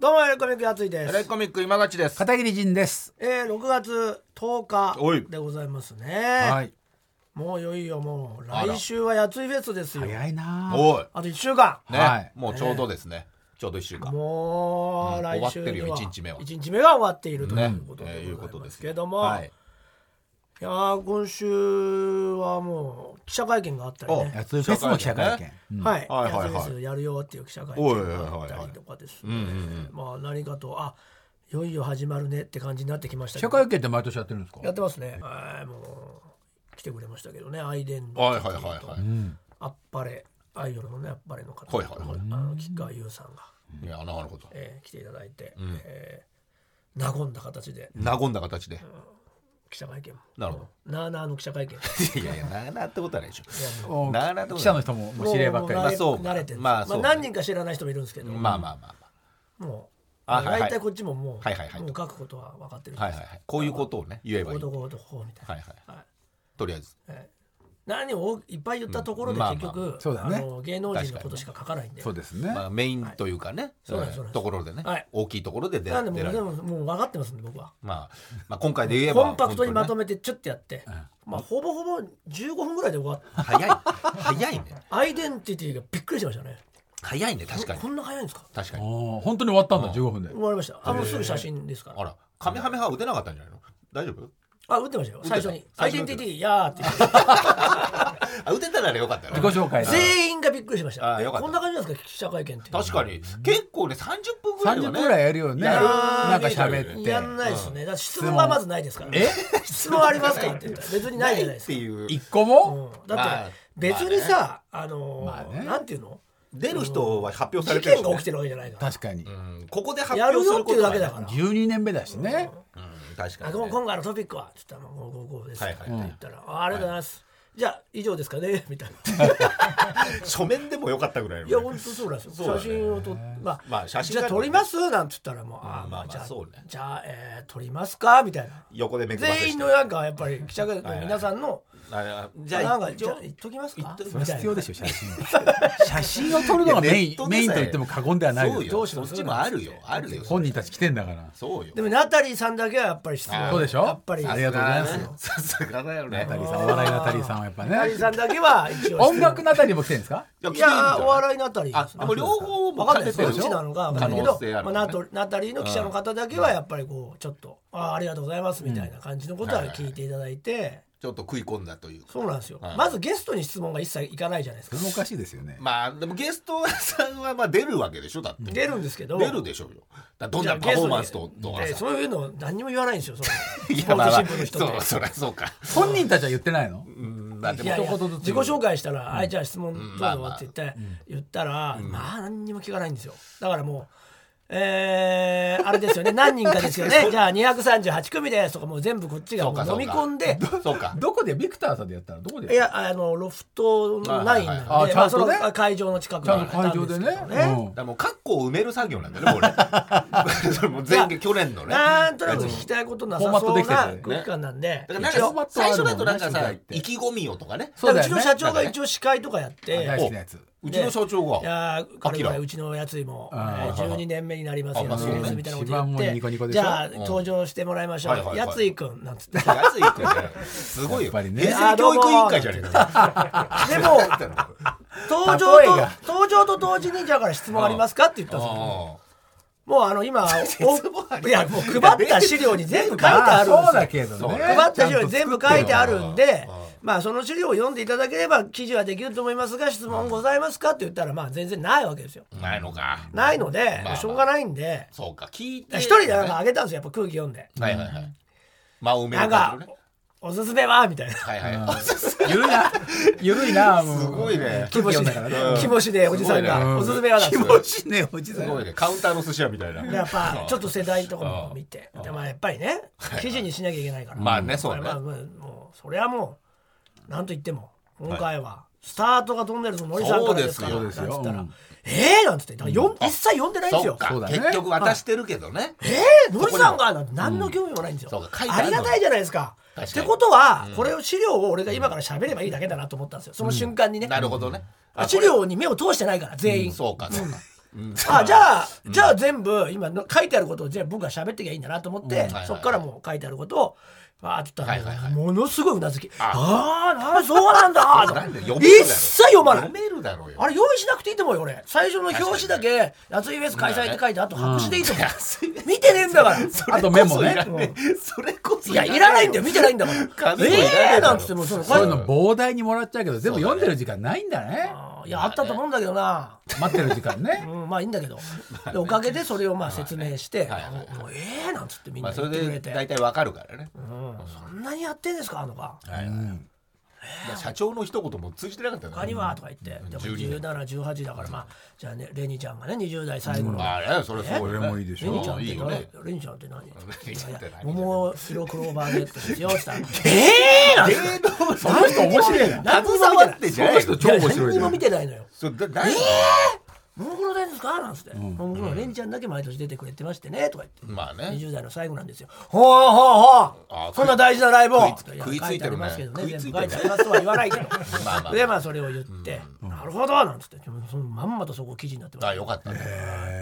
どうもエレコミックやついでエすレコミック今勝ちです片桐仁です。えー、6月10おい日でございますね、はい。もういよいよもうあら来週はやついフェスですよ早いなあ。おいあと1週間ね、はいもうちょうどですねちょうど一週間もううん来週には終わってるよ一日目は一日目が終わっているといねうことえーでいうごこざいとまですすけども、はいい、やー今週はもう記者会見があったりねやつフェスの記者会記者会見。うんはい、はいはいはいやつですやるよっていう記者会おい見はいはがいあはっいたりとかですうんうねんうんまあ何かとあいよいよ始まるねって感じになってきました記け者ど会見って毎年やってるんですか。やってますねはいもう来てくれましたけどねアイデンはいはいはいはうん。あっぱれアイドルのねあっぱれの方はいはいはいあの吉川優さんが、いいやなるほどえー来ていただいて、えー和んだ形で和んだ形で記者会見もなるほなあなあの記者会 見ど いやいやなーなーってことはないでしょおなるほど記者の人ももう知り合いばっかりもまうあだ。そうか慣れてるんですまあそうまあ、何人か知らない人もいるんですけど、まあまあまあまもうあはいはい大体こっちももう,、はいはいはいもう書くことは分かってるんあはいはいはいこういうことをね言えばいいどこどこみたいな、はいはいはいとりあえず何をいっぱい言ったところでうんまあ結局、まあそうだねあの芸能人のことしか書かないんでそうですね。まあメインというかねそうなんえですそうなんでーすところでねはい大きいところで出なんでも出うられでるももう分かってますんで僕はまあまあ今回で言えばコンパクトにまとめめてちょっとやって、まあ、ほぼほぼ15分ぐらいで終わった早い早いねアイデンティティがびっくりしましたね早いね確かにこんな早いんですか確かにおお、本当に終わったんだ。15分で終。わりましたあもうすぐ写真ですからあらカメハメハ打てなかったんじゃないの大丈夫あ打ってましたよてた最初に「ア最イ初デにンティティやー」って言ってあ打てたならよかったよ自ね己紹介で。全員がびっくりしましたあよかったこんな感じなんですか記者会見って確かに結構ね30分ぐらいは三十ね分ぐらいやるよね。やるなんか喋っやんて。ないですね、だって質問がまずないですから、え？質問ありますかって言ったら別にないじゃないでっすてかいう一個うも。ん、だまっあて別にさ、あのーまあねなんていうの出る人は発表事されて件るしがね起きてるわけじゃないから確かに。うんここで発やる表すよるってこいうとだはけだから、十二年目だしね。うん確かあにこね今回のトピックはって言ったらもうこうこうです、はいはいって言ったら、あありがとうございます、じゃあ以上ですかね みたい な書面でもよかったぐらいのいや本当そうなんですよ。そうだ写ね真を撮っまあ、まあ写真じゃあだと撮ねりますなんつったらもう、ああままああまあじゃあ、そうねじゃあ、えー撮りますかみた いな。横で目配せして全員のなんかやっぱり記者会見の皆さんの、あじじゃあなんゃあか一じゃあ応言っときますか言っときそみれはたい必要なで。しょ写真。写真を撮るのがメインメインと言っても過言ではないそうですよ。よそっちもあるよあるよ本人たち来てんだから。そうよでもナタリーさんだけはやっぱり質問。そうでしょ。やっぱりありがとうございますよ。さすがだよねナタリーさん、お笑いナタリーさんはやっぱナタリーね。さんだけは一応。音楽ナタリーも来てるんですかいやいやお笑いナタリーあですねもう両方もわかんない兼ねですどってるちなのかわか可んないけ能ど、性あるまあ、ナねトナタリーの記者の方だけはやっぱりこうちょっと、ああありがとうございますみたいな感じのことは聞いていただいて、ちょっと食い込んだというかそうなんですよ、はいまずゲストに質問が一切いかないじゃないですそかれもおかしいですよね。まあでもゲストさんはまあ出るわけでしょだって出るんですけど出るでしょうよだからどんじゃなあパフォーマンスとゲストとにかえーさそういうの何にも言 わないんですよそのいスやポまーツあま新あ聞の人そうって。そりゃそうか本人たちは言ってないのうんだっていやいや一言ずつ自己紹介したら「はいじゃあ質問どうまあぞ」まっあて言って言ったらまあ何にも聞かないんですよだからもう「えーあれですよね 何人かですよねじゃあ238組です」とかもう全部こっちがそもううか飲み込んでそうかどこでビクターさんでやったらどこでいやあのロフトのラインなんで、はいはいはいあまあちゃんとねその会場の近くちゃだんっとた会ん場ですでけねどね。だからもうカッコを埋める作業なんだよねこれそれ もう前去年のねなんとなく聞きたいことなさそうなフォーマットできて空て気感なんで、だからなん一応か最初だとなんかフォーマさットあるもんね意気込みをとかねそうだうよちねの社長が一応司会とかやって、大好きなやつうちの社長いがやー、彼アキラはうちのやついも、えあーー12年目になりますよ、あまあそうねみたいなこと言っ一番もて、うニコニコでしじょゃあ、登場してもらいましょはいはう、いはいやついくんなんつって。安いってねすごいやよっぱりね平成教育委員会じゃ ねえかでも、登場例えとが、登場と同時に、じゃあから質問ありますかって言ったんですよ。あもうあの、今、問あおりいや、もう配った資料に全部書いてあるんそうだですよ。けどね配った資料に全部書いてあるるんで、まあその資料を読んでいただければ記事はできると思いますが質問ございますかって言ったらまあ全然ないわけですよ。あないのかないので、まあしょうがないんで、そうか聞いて一人でなんかあげたんですよ、やっぱ空気読んで。はいはいはい間を埋めなるん感かじのね、おすすめはみたいな。はいはいゆるいなゆるいなもうすごいね気持ち空気読んでだからね、気持ちでおじさんすごいが、ねおすすめはだっ気て。持ちいいねおじさすごいんねカウンターの寿司屋みたいなやっぱちょっと世代とかも見て、でまあやっぱりね、記事にしなきゃいけないから。まあねそうねまあまあもうそれはもう、なんと言っても、今回は。スタートが飛んでるぞ森さんからですからそうなんでつすっよたらそうで「えー!」なんつってだからよん一切読んでないんですそよう。かそうだね結局渡してるけどねえー、ノリさんがなんて何の興味もないんですよ、うんそうか書いてああるりのがたいじゃないですか確っかてにことは、これを資料を俺が今から喋ればいいだけだなと思ったんですよその瞬間にね、なるほどねあ資料に目を通してないから全員、そうかそうかあじゃあ、じゃあ全部今の書いてあることをじゃあ僕が喋ってきゃいいんだなと思って、うんはいはいそっからもう書いてあることをわーっと言ったら、はいはいはいものすごいうなずきああーなそうなんだ なんで読めるだ一ろ切読まない読めるだろうよあれ用意しなくていいと思うよ俺最初の表紙だけ「夏井フェス開催」って書いてあと白紙でいいと思う、 見てねえんだからあとメモねそれこそいいらねえそれこそやいらないんだよ見てないんだ から紙もいらないだろええなんつってもそのそういういの膨大にもらっちゃうけど全部読んでる時間ないんだねやあったと思うんだけどな、待ってる時間ねうん、まあいいんだけど、でおかげでそれをまあ説明して「はいはいはいもうええなんつってみんまなあそ言れってくれでて、大体わかるからねそんなにやってんですかあのかうんまあ社長の一言も通じてなかった他からにねはとか言って、でも1718だからまあじゃあねレニちゃんがね20代最後の、まあねそれそうそれもいいでしレニちゃんっいていよね誰レニちゃんって何ニちゃんって何桃白クローバーネットですよって言ったらええなんつって芸能その人面白いな何も携わってんじゃないよその人い超や面白何いにねも見てないのよそれだ誰モモクロですかなんつって、モモクロレニちゃんだけ毎年出てくれてましてねとか言って、まあね20代の最後なんですよほうほうほあうーそんな大事なライブを食いや食いついて書あるねりますけどね食いついて全部書いてるありますとは言わないけどまあまあでまあそれを言って、なるほどなんつってでもそのまんまとそこ記事になってまあすよかったね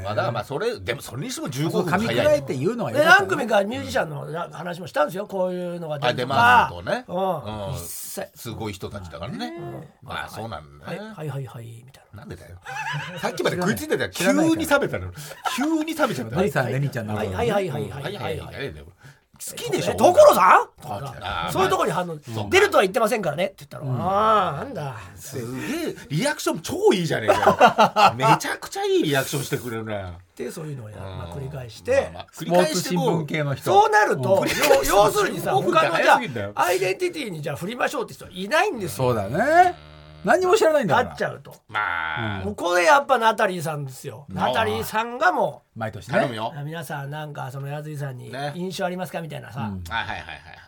まあだからまあそれでもそれにしても15分噛み早い砕いて言うのがよで何かったね組かミュージシャンの話もしたんですよこういうのがあ出出るとかますとねうんうん一切すごい人たちだからねまあそうなんだはいねはいはいはいみたいななんでだよ さっきまで食いついてたよ知急らないに冷めたの急に冷めちゃったマリさんレニちゃんのはこいとはいはいはいははいいははいいははいいだよ好きでしえょ所さんとあかーそういうところに反応出るとは言ってませんからねって言ったら「ああなんだすげえリアクション超いいじゃねえかよめちゃくちゃいいリアクションしてくれるね」ってそういうのをやまあ繰り返しまてあまあ繰スりポー返ツして新こ聞う系の人そうなると要要するにさもう他繰のり返しじゃ早すぎんだよあアイデンティティにじゃあ振りましょうって人はいないんですよそうだね何も知らないんだなかっちらゃうとまあここでやっぱナタリーさんですよナタリーさんがも毎年頼むねよう皆さんなんかそのやついさんにね印象ありますかみたいなさはいはいはい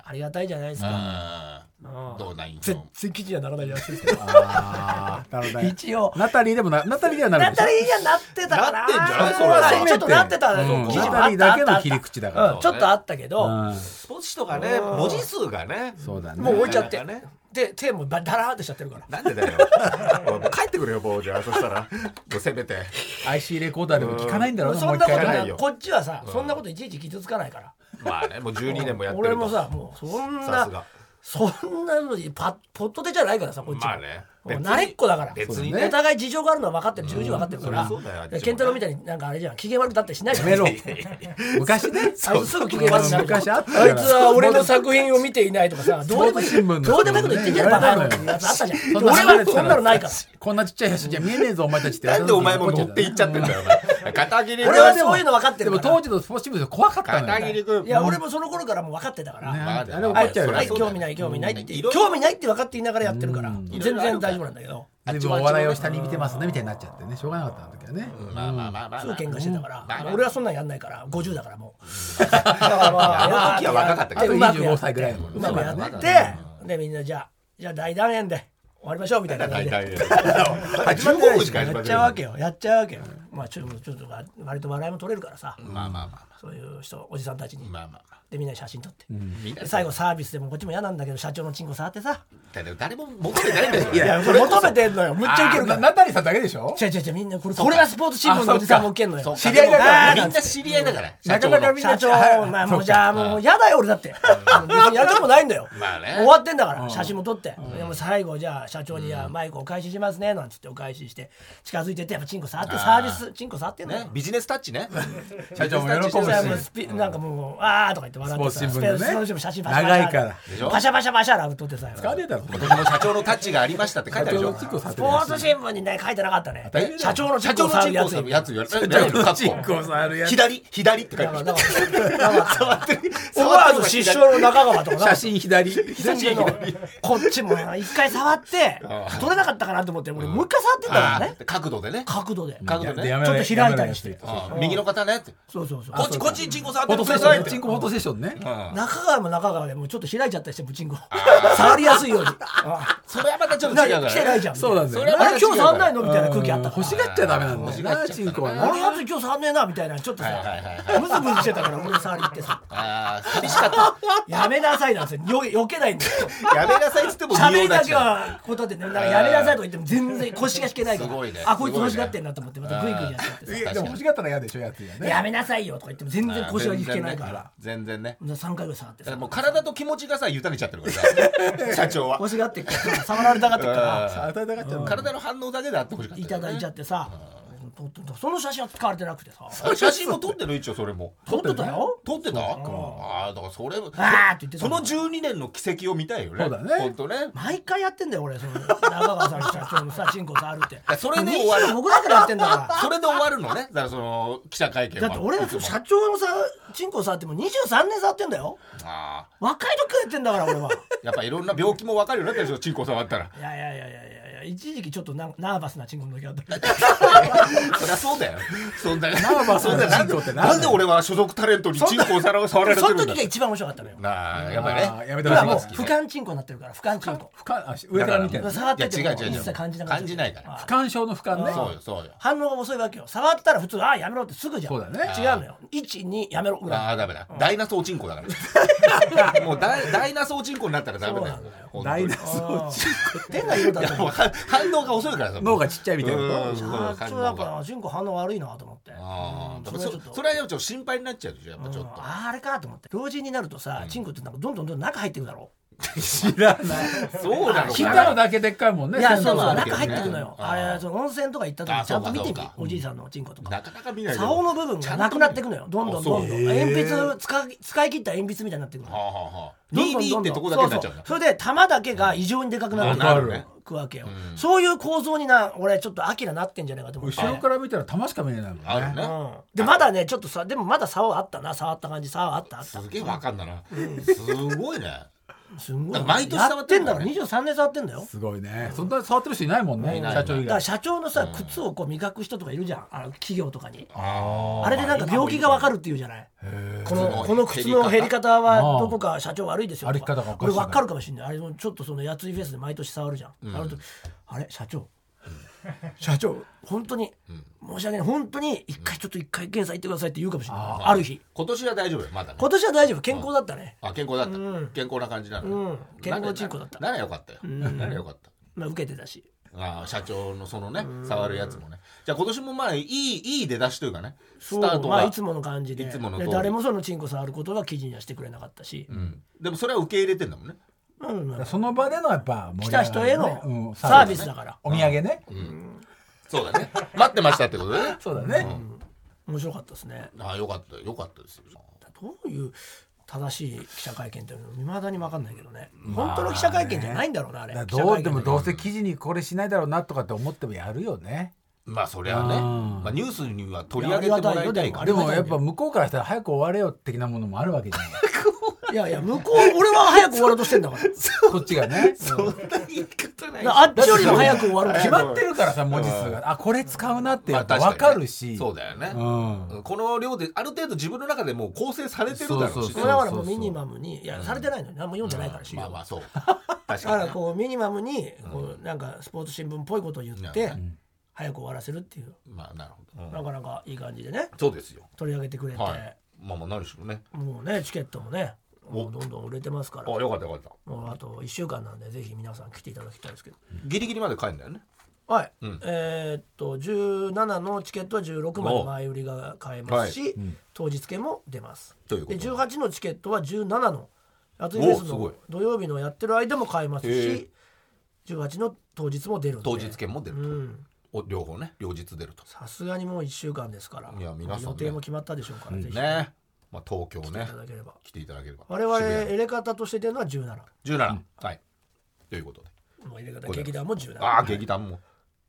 ありがたいじゃないですかはいうんどうないん全然記事にはならないやつですけどあーなるほどね一応ナタリーでもなナタリーではなるナでしょタリーにはなってたかななってんじゃないそうだねそれはちょっとなってたねうん記事もあったナタリーだけのあった切り口だからうんちょっとあったけどうんスポーツ紙とかね文字数がねそうだねもう置いちゃってなかなかねで手もダラーってしちゃってるからなんでだよもう帰ってくれよもうじゃあそしたらもうせめて IC レコーダーでも聞かないんだろうなそもうん一なこと回聞かなないいよこっちはさそんなこといちいち傷つかないからまあねもう12年もやってる俺ともさもうそんさすがなそんなのにパポッと出じゃないからさこっちもまあねもう慣れっこだから別におね互い事情があるのは分かってる十分分かってるかうんそりゃそうだよあっちもらね健太郎みたいになんかあれじゃん機嫌悪くなったりしないじゃんやめろあい 昔ねつすぐ機嫌悪くなる昔あったあいつは俺の作品を見ていないとかさ、どうでもいい、スポーツ新聞のどうでもいいこと言ってんじゃん、バカ野郎ってやつあったじゃん。でも俺はそんなのないから。こんなちっちゃい写真じゃ見えねえぞお前たちってなんでお前も乗っていっちゃってんだよお前 片切り俺はそういうの分かってでるもか当ら。時のスポーツ新聞で怖かったの片切より君いや、俺もその頃からもう分かってたから。ねまあねあれ怒はっい、ちゃうそりよはゃいそうだよ興味ない興味ないっいてろいろ興味ないって分かっていながらやってるから全然大丈夫なんだけど随分お笑いを下に見てますねみたいになっちゃってねしょうがなかったんだけどねまあまあまあまあすぐ喧嘩してたから、まあまあ俺はそんなんやんないから50だからもう だからまあの時は若かったけどやてうまくやっ25て歳ぐらいだもんねうまくやそうっだねてでみんなじゃあじゃあ大団円で終わりましょうみたいな感大じで体ね15分しか始やまっってちゃうわないけよやっちゃうわけよまあちょっとちょっと割と笑いも取れるからさまあまあまそういう人おじさんたちにあまあまあまあでみんなで写真撮ってみんなで最後サービスでもこっちも嫌なんだけど社長のチンコ触ってさ誰も求めてないんですよいやこれ求めてんのよむっちゃウケるかあらナタリーさんだけでしょ違う違う違うみんなこれこれはスポーツ新聞のおじさんも受けんのよ知知りり合合いいだかだかららみんな知り合いだからなかなかみん社な長まあもうじゃあもうやだよ俺だってうん別にやりたくもないんだよまあね終わってんだから写真も撮ってでも最後じゃあ社長に「マイクお返ししますね」なんつってお返しして近づいてってやっぱチンコ触ってサービスチンコ触ってんのよねビジネスタッチね社長も喜ぶそしたらもうしスピなんかもうあーとか言って笑ってさスポーツ新聞のねスポーツ新聞写真長いからでしょパシャパシャパシャラブ撮ってさ使わねえだろ今年も社長のタッチがありましたって書いてあるでしょチンコ触っスてポーツ新聞にね書いてなかったね当たり前だよ社長のチ社ンコ長の触チるンやコつするだやかつやるやるチンコ触るやつ左左って書いてあらるだからだから思わず失笑の中川とかな写真左全然のこっちも一回触ってうん取れなかったかなと思って俺もう一回触ってんだからねあー角度でね角度で角度でねちょっと開いたりしてうん右の方ねってそうそうそうこっちこっちにチンコ触ってフォトくセッださシいっョンてチンコフォトセッションね中川も中川でもうちょっと開いちゃったりしてブチンコ触りやすいよう にあそれはまたちょっとな違うから来てないねじゃんそうなんだよあれ今日触んないのみたいな空気あったか欲らしがっちゃダメなんだよなチンコはあなのやつ今日触んねえなみたいなちょっとさはいはいムズムズしてたから俺触り行って さあー寂しかったやめなさいなんてよよけないんだよやめなさいっつっても喋りだちけだはこうだってねなんかやめなさいとか言っても全然腰が引けないからすごいねあこいつ欲しがってんなと思ってまたグイグイいやつやってさうんいいやでも欲しかったら嫌でしょやつやねやめなさいよとか言っても全然腰が引けないから全然ね3回ぐらい触ってださからもう体と気持ちがさ委ねちゃってるか らさ社長は欲しがってっから触られたがってっからさあ与えたがっちゃう体の反応だけであってほしかったいよただいちゃってさ撮ってたその写真は使われてなくてさあ写真も撮ってる一応そ れも撮ってたよ撮ってたああだからそれあーって言ってたその12年の奇跡を見たいよねそうだね本当ね毎回やってんだよ俺その中川さん社長のさチンコ触る ってやそれで終わる僕だからやってんだかそれで終わるのねだからその記者会見らはだって俺いつも社長のさチンコ触っても23年触ってんだよあ若い時からやってんだから俺はーやっぱいろんな病気も分かるようになったでしょチンコ触ったらいやいやいやいやいやいや一時期ちょっとなナーバスなチンコの時あったけどそりゃそうだよそんなあまあそんなチなンんコでってなんだよなんで俺は所属タレントにチンコをさら触られてそるのんだ時が一番面白かったのよなあやっぱあーりねやめてほし今いもうです俯瞰チンコになってるから俯瞰チンコ俯瞰あし上から見てるだ俯か触ってていもや違う違う違う一切感じなくなっちゃう感じないからはい瞰症の俯瞰ねそうよそうよ反応が遅いわけよ触ったら普通ああやめろってすぐじゃんそうだね違うのよ12やめろぐらいああダメだダイナソーチンコだか らもうダイダイナソーチンコになったらダメだよそうなんだよ本当ダにイナソーチ手が言うだいっやたもうは反応が遅いからさ脳がちっちゃいみたいなうんそう社長だ反応がからチンコ反応悪いなと思ってあうんあそれはちそょっそとれはやっぱちょっと心配になっちゃうでしょやっぱちょっうんあれかと思って老人になるとさチンコってなんかどんどんどんどん中入ってくだろ知らないとそうなの聞いかたのなだけでっかいもんねいや先そ生うのそうだけ中ど入ねってくのようんあれその温泉とか行った時あにちゃんと見てみそうかそうかおじいさんのチンコとかなかなか見ないよ竿の部分ちがゃんとなくなってくのよどんどんどんどあんそうへ鉛ー筆使い使い切った鉛筆みたいになってくるはあはあはあどんどん DD どっんどてんとこだけになっちゃうんだそうそうそれで玉だけが異常にでかくなってあくなるねくわけよ、そういう構造にな俺ちょっとアキラなってんじゃないかと思って後ろから見たら玉しか見えないもんねあるねうん、でまだねちょっとさでもまだ竿あったな触った感じ竿あったあったすげえわかんだなすごいねすんごだいから毎年触やっっててんんだだかよらね23年触ってんだよすごいねそんな触ってる人いないもんねいない社長以だから外社長のさ靴をこう磨く人とかいるじゃんあの企業とかにああれでなんか病気がわかるっていうじゃないこすごのいこの靴の減り方はああどこか社長悪いですよと歩き方がおかしい俺なわかるかもしれないあれもちょっとそのやついフェスで毎年触るじゃん、あの時あれ社長社長本当に、申し訳ない本当に一回ちょっと一回検査行ってくださいって言うかもしれない ある日今年は大丈夫よまだね今年は大丈夫健康だったね、あ健康だった、健康な感じなのね、うん健康チンコだったならよかったよ、ならよかったまあ、受けてたしあー社長のそのね触るやつもねじゃあ今年もまあいいいい出だしというかねスタートまが、あ、いつもの感じでいつもの通でり誰もそのチンコ触ることは記事にはしてくれなかったし、うんでもそれは受け入れてんだもんねうんまあその場でのやっぱ来盛りた上が人りへねうのんサービスだから、お土産ねそうだね待ってましたってことでねそうだね面白かったですねああよかったよかったですよどういう正しい記者会見っていうのいまだに分かんないけどね、本当の記者会見じゃないんだろうなあれだ記か者会らどう見でもどうせ記事にこれしないだろうなとかって思ってもやるよねまあそりゃねうんまあ、ニュースには取り上げてもらいたいからありがたでいねもやっぱ向こうからしたら早く終われよ的なものもあるわけじゃないいやいや向こう俺は早く終わろうとしてんだからこっちが ねそんな言い方ないあっちよりも早く終わろうとして決んだまってるからさ文字数があこれ使うなってまやあっぱ確にね分かるしそうだよね、うんこの量である程度自分の中でもう構成されてるだろうしねそうそうそうだからもうミニマムにいやされてないのに何も読んでないからし、まあまあそう確だかかにらねこうミニマムにこうなんかスポーツ新聞っぽいことを言って早く終わらせるっていうまあなるほど、うんなかなかいい感じでねそうですよ取り上げてくれて、はいまあまあ何しろねもうねチケットもねもうどんどん売れてますかあらよかったよかったもうあと1週間なんでぜひ皆さん来ていただきたいですけどギリギリまで帰るんだよねはい、えーっと17のチケットは16まで前売りが買えますし、当日券も出ますということで18のチケットは17のやついフおェースすごいの土曜日のやってる間も買えますへし18の当日も出るんで当日券も出ると、うんお両方ね両日出るとさすがにもう1週間ですからいや皆さんね予定も決まったでしょうから、ぜひ来ねまあ東京ていねただければ、来ていただければ我々渋入れ方として出るのは17谷17、はいということでもう入れ方劇団も17ああ劇団も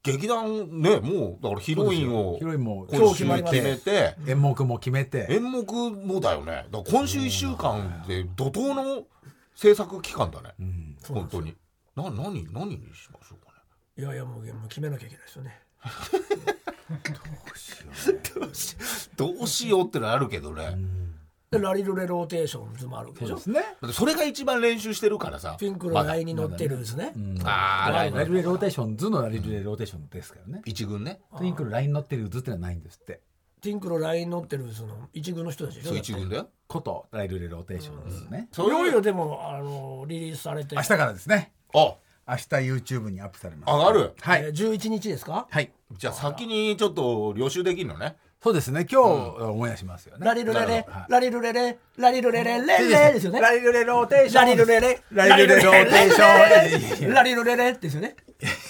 劇団ねもうだからヒロインをヒロインも今今日週決まり決ましためて演目も決めて演目もだよねだから今週1週間で怒涛の制作期間だね、そうなん本です当にな何何にしましょうかねいやいやもうもう決めなきゃいけないですよねどうしどうしようってのはあるけどね、でラリルレローテーションズもあるわけでそうしょですねだってそれが一番練習してるからさピンクまのだラインに乗ってるんですね。ああライラブリルレローテーション図のラリルレローテーションですからね一軍ねトゥインクルライン乗ってる図ってのはないんですってピンクのラインに乗ってるその一軍の人たちでしょ。そう一軍だよことラリルレローテーションですねいよいよでもあのリリースされて明日からですねあ明日 YouTube にアップされます上がるはえいー11日ですかはいじゃあ先にちょっと予習できるのねそうですね今日オンエアしますよねラリルレなるレほどはいラリルレレラリルレレレレですよねラリルレローテーションラリルレレラリルレローテーションラリルレレですよね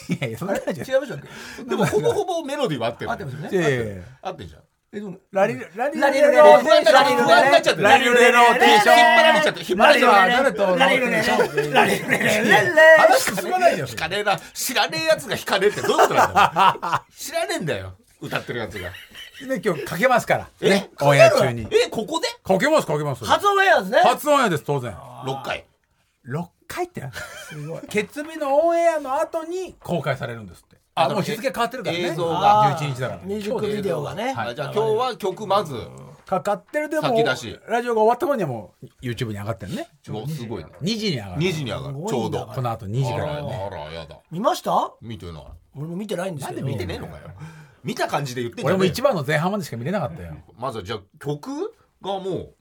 いやいやそんなことないじゃ違いましたっけでもほぼほぼメロディーは合ってる合ってますよねんいやいやいや合ってんじゃんえどうなラリルラリルラリルレレレローテーラリルションレレ不安になっちゃってるラリルレローテーション引っ張られちゃって引っ張られちゃってラジオは誰とのラリルレレラリルレレレレ話進まないよ引かねえな知らねえやつが引かねえってどういうことなんだよ知らねえんだよ歌ってるやつがね今日かけますからえねオンエア中にえここでかけますかけます初オンエアですね初オンエアです当然6回6回ってなんだすごい決日のオンエアの後に公開されるんですってあもう日付変わってるからね映像が11日だからミュージックビデオがねはいじゃあ今日は曲まずかかってるでも先出しラジオが終わった頃にはもう YouTube に上がってるねおすごいな2時に上がる2時に上がるちょうどこの後2時あかららねあらやだ見ました見てない俺も見てないんですけど見てねえのかよ見た感じで言ってんじゃ俺ねえよも一番の前半までしか見れなかったよまずはじゃあ曲がも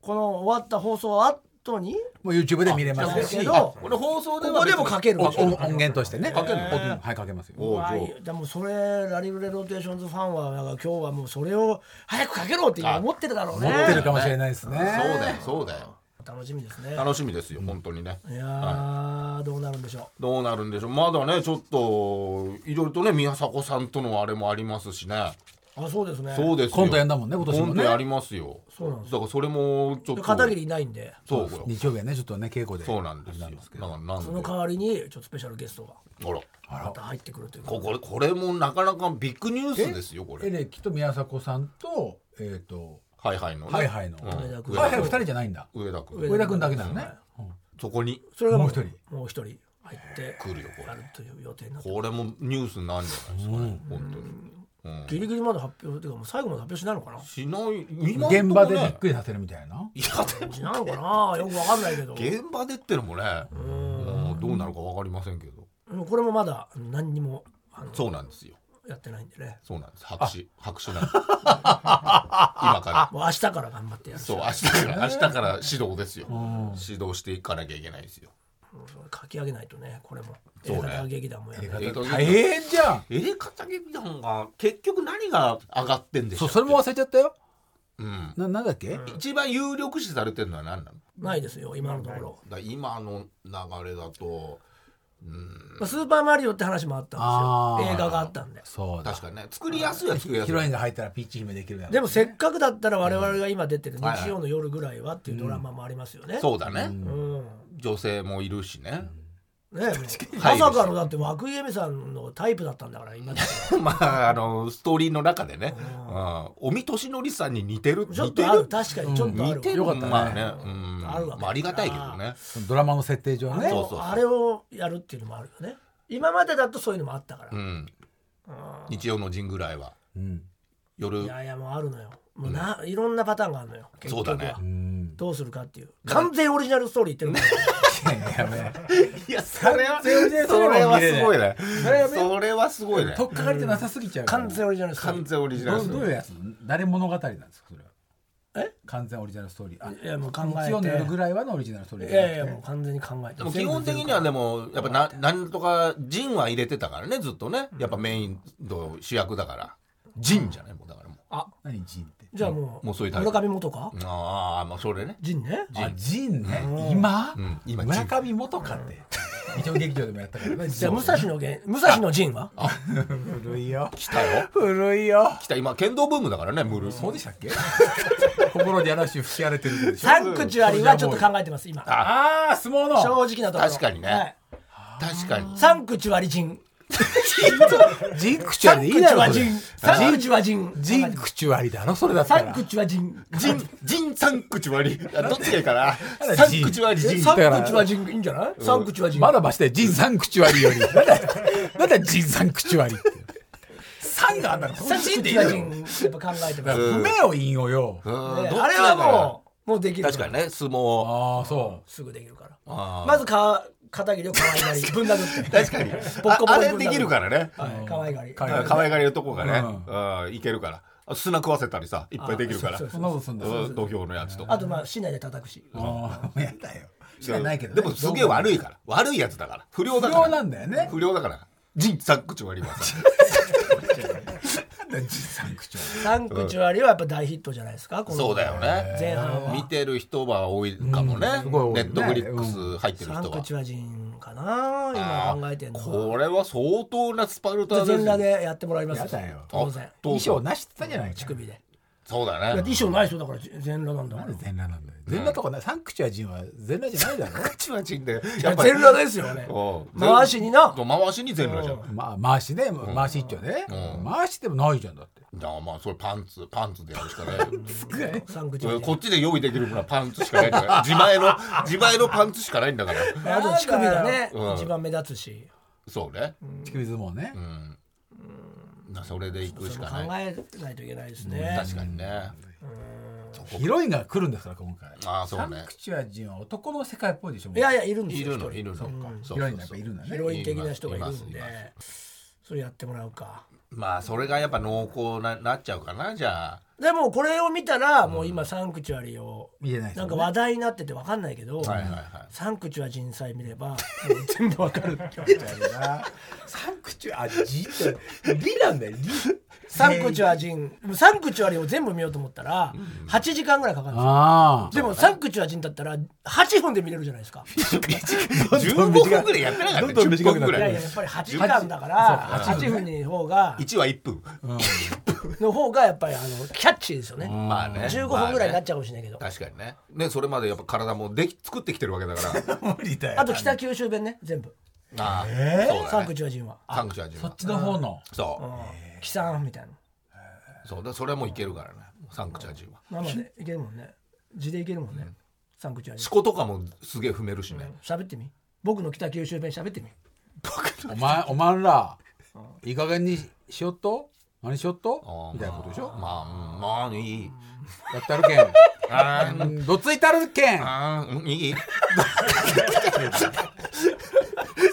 この終わった放送後にもう YouTube で見れうじゃまあですけしどあこれ放送でこはこでもかけるおおわけ音源としてねかけるのおうんはいかけますよおは上い、でもそれラリブレローテーションズファンはなんか今日はもうそれを早くかけろって今思ってるだろうね持ってるかもしれないですねそうだよそうだよ楽しみですね楽しみですよ本当にねいやー、どうなるんでしょどうなるんでしょうまだねちょっといろいろとね宮迫さんとのあれもありますしねうあそうですねそうですよコントやんだもんね今年もねコントやりますよそうなんですだからそれもちょっでと片桐いないんでそうそう日曜日はねちょっとね稽古でそうなんですよなんですけだどからなんでその代わりにちょっとスペシャルゲストがほらまた入ってくるというここれこれもなかなかビッグニュースですよこエれレキと宮迫さんとえっとハイハイのねハイハイのうんハイハイ君ハイハイ2人じゃないんだ上田君上上田君だけなのねそこにそれがもうもう一人もう一人入って来るよこれやるという予定になってこれもニュースになるんじゃないですかね本当にうんギリギリまで発表というかもう最後まで発表しないのかなしない今んとこね現場でびっくりさせるみたいないやしないのかなよくわかんないけどでも現場でってのもねうんどうなるかわかりませんけどうんこれもまだ何にもあのそうなんですよやってないんでねそうなんです白紙白紙なん です今からもう明日から頑張ってやるそう明日から明日から指導ですよ指導していかなきゃいけないですよもう書き上げないとねこれもそう映ね画劇団もやるえ大変じゃんエレカタ劇団が結局何が上がってんでしょそうそれも忘れちゃったようんななんだっけ一番有力視されてるのは何なのないですよ今のところだから今の流れだとまあスーパーマリオって話もあったんですあーよ映画があったんでそうだ確かにね作りやすいは作りやすヒいロインが入ったらピッチ姫できるやろでもせっかくだったら我々が今出てるはいはい日曜の夜ぐらいはっていうドラマもありますよねそうだうねん女性もいるしねねえまさかのだって涌井絵美さんのタイプだったんだから今だってまああのストーリーの中でねうん尾身俊則さんに 似てるちょっ似てとあるる確かにちょっとある似てるよかったねまあねうんあるわけだからまあありがたいけどねドラマの設定上あはれねそうそうそうをあれをやるっていうのもあるよね今までだとそういうのもあったからうん日曜の陣ぐらいはうん夜いやいやもうあるのよもうな、いろんなパターンがあるのよ結そう局だはねうんどうするかっていう完全オリジナルストーリー言ってるからいやいやねいやそれは全然そそれれもは見れすないごいねそれはねそれはすごいねとっかかりてなさすぎちゃうから完全オリジナルストーリ完ー全オリジナどルうどういうやつ誰物語なんですかそれはえ完全オリジナルストーリーあいやもう考えて日曜の夜ぐらいはのオリジナルストーリーいやいやもう完全に考えてでも基本的にはでもやっぱな何とか陣は入れてたからねずっとねやっぱメインと主役だから陣じゃないもうだからもうあ何ジンってじゃあもうもうそういうタイプ村上元かああまあそれね陣ねあジンね今うん今村上元かって日曜劇場でもやったからねじゃあ武蔵の源武蔵の陣は古いよ来たよ古いよ来た今剣道ブームだからねムルそうでしたっけ心に嵐を吹き荒れてるでしょサンクチュアリーはちょっと考えてます今ああ相撲の正直なところ確かにねはい確かにサンクチュアリ陣サンクチュア陣サンクチュジンクチュアリでいいだろそれア陣ジンクチュアリだろそれだったサらンクチュア陣陣陣三口割りあどっちがいいかなだ三口割りえ陣サンクチュア陣いいんじゃないサンクチュア陣まだましてジン三口割りより なんだなんだジン三口割りって三があんだろそサのンクジチンっていいュアだ陣ろやっぱ考えてますね梅を引用ようんどっちがいいかなあれはもうもうできる確かにね相撲ああそすぐできるからあまずか片桐を可愛がりぶん殴って確かにボッコボコああにれできるからねはい可愛がり可愛うん可愛がりのとこがねうんいけるからあ砂食わせたりさいっぱいできるからあそうそうそんなことすんだうん土俵のやつとかあとまあ市内で叩くしああやだよ違いないけどねでもすげえ悪いから悪いやつだから不良不だから良なんだよ ね不良だからジンサックチュワリは三口割りはやっぱ大ヒットじゃないですか。このそうだよね前半は見てる人は多いかもねネすごい多いねットフリックス入ってる三人は口は人かな。今考えてんのは。これは相当なスパルタです全よ裸でやってもらいますやだよ当然あ衣装なしって言ったじゃない乳か首でそうだだってね衣装ない人だから全裸なんだもなんんで全裸なんだよ全裸とかないサンクチュア人は全裸じゃないだろチュワチンで全裸ですよねうん回しにな回しに全裸じゃんまあ回しね回し一丁ねうん回しでもないじゃんだってだからまあそれパンツパンツでやるし かないよ三口俺割こっちで用意できるのはパンツしかないん だから自前の自前のパンツしかないんだからりあと乳首がねうん一番目立つしそうね乳首相撲ねうんなそれで行くしそれかも考ないえないといけないですね確かにねヒロインが来るんですから今回ああそサうンねクチュア人は男の世界っぽいでしょもういやいやいるんですいよる一のい人るのそヒうロそうインがやっそぱういるんだヒねロイン的な人がいるんでいますいそれやってもらうかまあそれがやっぱ濃厚ななっちゃうかなじゃあでもこれを見たらもう今サンクチュアリを見えないですなよんねか話題になっててわかんないけどはいはいはいサンクチュア人さえ見れば もう全部わかるサンクチュア人って美なんだよリ サンクチュア人サンクチュアリを全部見ようと思ったら8時間ぐらいかかるんですよあでもサンクチュア人だったら8分で見れるじゃないですか。い 15分ぐらいやってなかったどんどん10分短くなっぐてるやらいいややっぱり8時間だから8分に方が1は1分の方がやっぱりあのキャッチーですよね。まあね15分ぐらいになっちゃゃうかもしれないけど。確かにねねそれまでやっぱ体もでき作ってきてるわけだ からあ無理だよあと北九州弁ね全部ああそうサだンクねチュア人は。サンクチュア人そはっちの方のそうキさんみたいそうだそれはもういけるからねサンクチュア人はな。生でいけるもんね。字でいけるもんね。サンクチュア四人。股とかもすげえ踏めるしね、喋ってみ。僕の北九州弁喋ってみ。お前おまんらいい加減にしよっと何しよっとみたいなことでしまょあうんまあいいやったるけんあーうんどついたるけんあーうんい い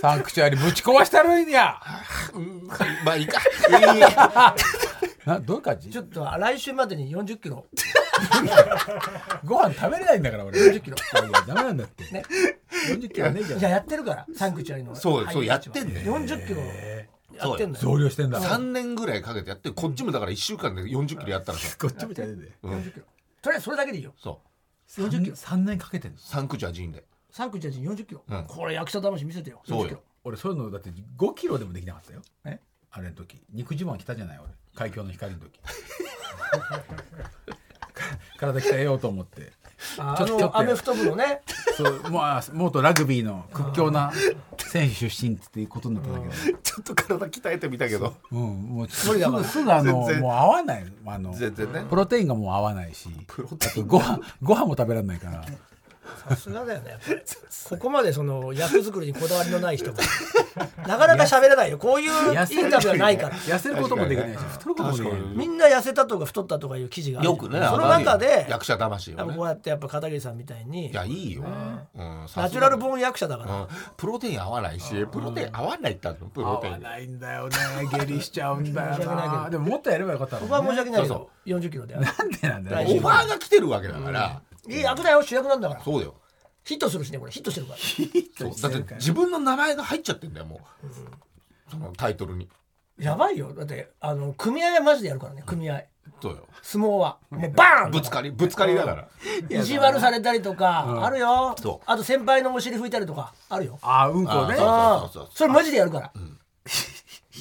サンクチュアリぶち壊したるんやうんまあいいかいいなどういう感じちょっと来週までに40キロ。ご飯食べれないんだから俺40キロダメなんだってね40キロねえじゃいややってるからサンクチュアリの。そうそうやってる。んねん40キロやってんだよ。増量してんだ3年ぐらいかけてやってこっちもだから1週間で40キロやったらさこっちみたいで40キロ。とりあえずそれだけでいいよ。そう40キロ3年かけてんのサンクチュア人でサンクチュア人40キロ、うんこれ役者魂見せてよそうよ40キロ俺そういうのだって5キロでもできなかったよえあれの時肉自慢来たじゃない俺海峡の光の 時体鍛えようと思ってあちょっとちょっとのアメフト部のねそうもう元ラグビーの屈強な選手出身っていうことになったんだけど、ちょっと体鍛えてみたけどうん、もうすぐすぐあのもう全然合わないあの全然ねプロテインがもう合わないしあとご飯ご飯も食べられないからさすがだよねやっぱ りここまでその役作りにこだわりのない人もなかなか喋れないよこういうインタビューはないから痩せることもできないし太ることもできないみんな痩せたとか太ったとかいう記事があるよくねその中で役者魂やをっぱねこうやってやっぱ片桐さんみたいにいやいいよ、うん、さナすチュラがルボーン役者だから、うんプロテイン合わないしプロテイン合わないってあるのプロ合テイわンないんだよね下痢しちゃうんだよ申し訳ないけなどでももっとやればよかったの僕は申し訳ないけそど40キロで やるなんでなんだ大よ丈オ夫ファーが来てるわけだから、いい役だよ主役なんだからそうだよヒットするしねこれヒットしてるから そうだって自分の名前が入っちゃってんだよもう、そのタイトルにやばいよだってあの組合はマジでやるからね組合そうよ相撲はもうバーンぶつかりぶつかりだから、意地悪されたりとかあるよそうあと先輩のお尻拭いたりとかあるよあーうんこねああそうそうそあうそうそれマジでやるから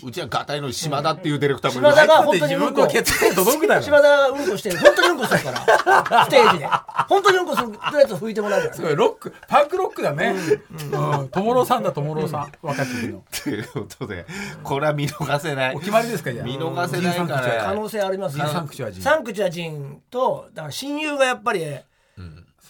うちはガタイの島田っていうディレクターもい島田がるだっ本て当に自うん分このケツに届くだろ島田がうんこしてる本当にうんこするから ステージで本当にうんこするやつを拭いてもらうからすごいロックパンクロックだねうん友郎さんだ友郎さん若き日のということでこれは見逃せないお決まりですかじゃあ見逃せないかうん可らね能性ありますねあのサンクチュア人サンクチュア人とだから親友がやっぱり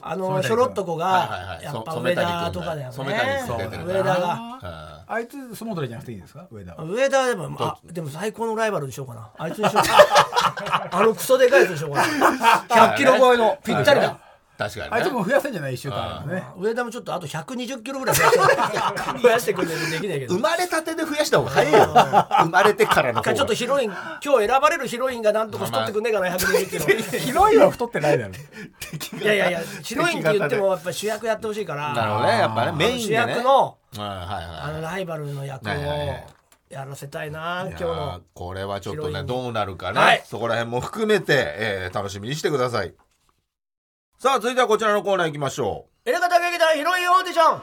あのひょろっとこはいはいはがいやっぱそ上田とかだよね染谷君が染谷君出てるか上ら田がああいつ相撲取りじゃなくていいんですか上田は上田はでも、あ、でも最高のライバルでしょうかな。あいつでしょうかな。あのクソでかいやつでしょうかな。100キロ超えのぴったりだ。確かあいつにねも増やせんじゃない一週間あれ ばね上田もちょっとあと120キロぐらい増やして増やしてくれないとできないけど生まれたてで増やした方が早いよ生まれてからの方かがちょっとヒロイン今日選ばれるヒロインがなんとか太ってくんねえかな120キロ広いは太ってないだろいやいやいやヒロインって言ってもやっぱ主役やってほしいからなるほどねやっぱねメイン主でね役のうんはいあはのいライバルの役をはいはいはいやらせたいな今い日やのーこれはちょっとヒロイねンどうなるかね、はいそこら辺も含めて、えー楽しみにしてくださいさあ続いてはこちらのコーナー行きましょエレガタ劇団ヒロインオーディション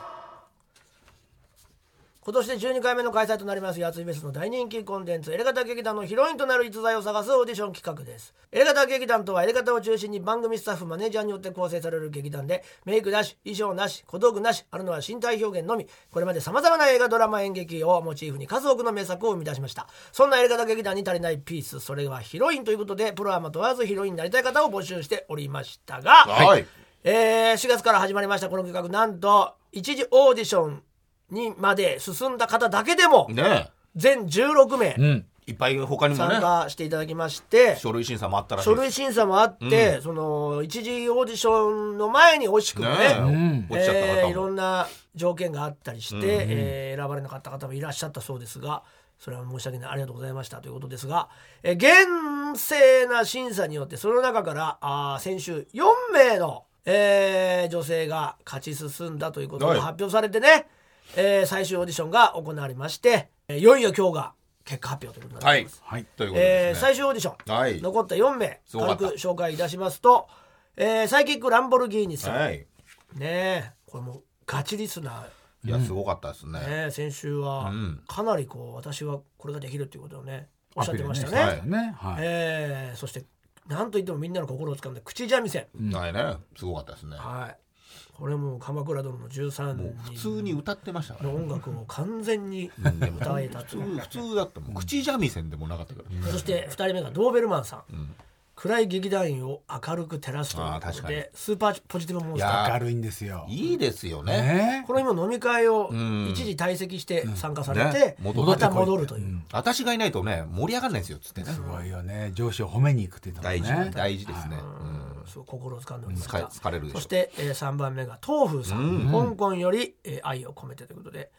今年で12回目の開催となりますやついフェスの大人気コンテンツエレガタ劇団のヒロインとなる逸材を探すオーディション企画ですエレガタ劇団とはエレガタを中心に番組スタッフマネージャーによって構成される劇団でメイクなし衣装なし小道具なしあるのは身体表現のみこれまでさまざまな映画ドラマ演劇をモチーフに数多くの名作を生み出しましたそんなエレガタ劇団に足りないピースそれはヒロインということでプロはま問わずヒロインになりたい方を募集しておりましたがうはいえー4月から始まりましたこの企画なんと一時オーディションにまで進んだ方だけでもね全16名うん。えいっぱい他にもね参加していただきまして書類審査もあったらしい書です類審査もあって、その一時オーディションの前に惜しくもねねえ、ん落ちちゃったえ方ーいろも、んな条件があったりして、えー選ばれなかった方もいらっしゃったそうですがそれは申し訳ないありがとうございましたということですが、えー厳正な審査によってその中からあー先週4名の、えー女性が勝ち進んだということはいが発表されてね、えー最終オーディションが行われまして、えーいよいよ今日が結果発表ということになはりいます。、はいということえーですね、最終オーディション、はい残った4名すごか軽ったく紹介いたしますと、えーサイキックランボルギーニさん、はいねえこれもうガチリスナいやすごかったですねー、ねえ先週はんかなりこう私はこれができるっていうことをねおっしゃってましたねアピールねはいえーそしてなんといってもみんなの心をつかんだ口三味線、はいねすごかったですねはいこれもう鎌倉殿のもう13普通人に歌ってましたから、のね、音楽を完全にでも歌えたと普通普通だったもん口三味線でもなかったから、そして2人目がドーベルマンさん、暗い劇団員を明るく照らすというあーこ確とかにでスーパーポジティブモンスタいーや明ーるいんですよいいですよねねこの今飲み会をん一時退席して参加されうんてね、戻まってこいた戻るという、私がいないとね盛り上がらないんですよつってねすごいよね上司を褒めに行くって言ったも大ん事、ね大事ですね、そう心を掴んでおりました疲れ疲れるでしょそして、えー、3番目が東風さん、香港より、えー愛を込めてということで、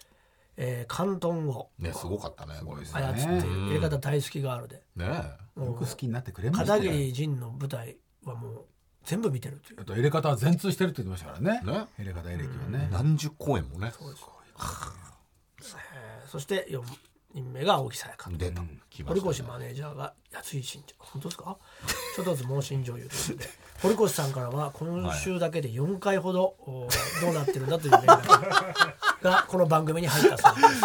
えー、広東語うんねすごかったねこれね操っている映画だ大好きガールで、えよく好きになってくれました片よ桐仁の舞台はもう全部見てるというあと入れ方は全通してるって言ってましたからねね入れ方エレキはね何十公演もねえーそして4人目が青木さやか出た、来ま堀した越マネージャーが安い新女本当ですかちょっとずつ盲信女優ということで堀越さんからは今週だけで4回ほど、おどうなってるんだという連絡がこの番組に入ったそうです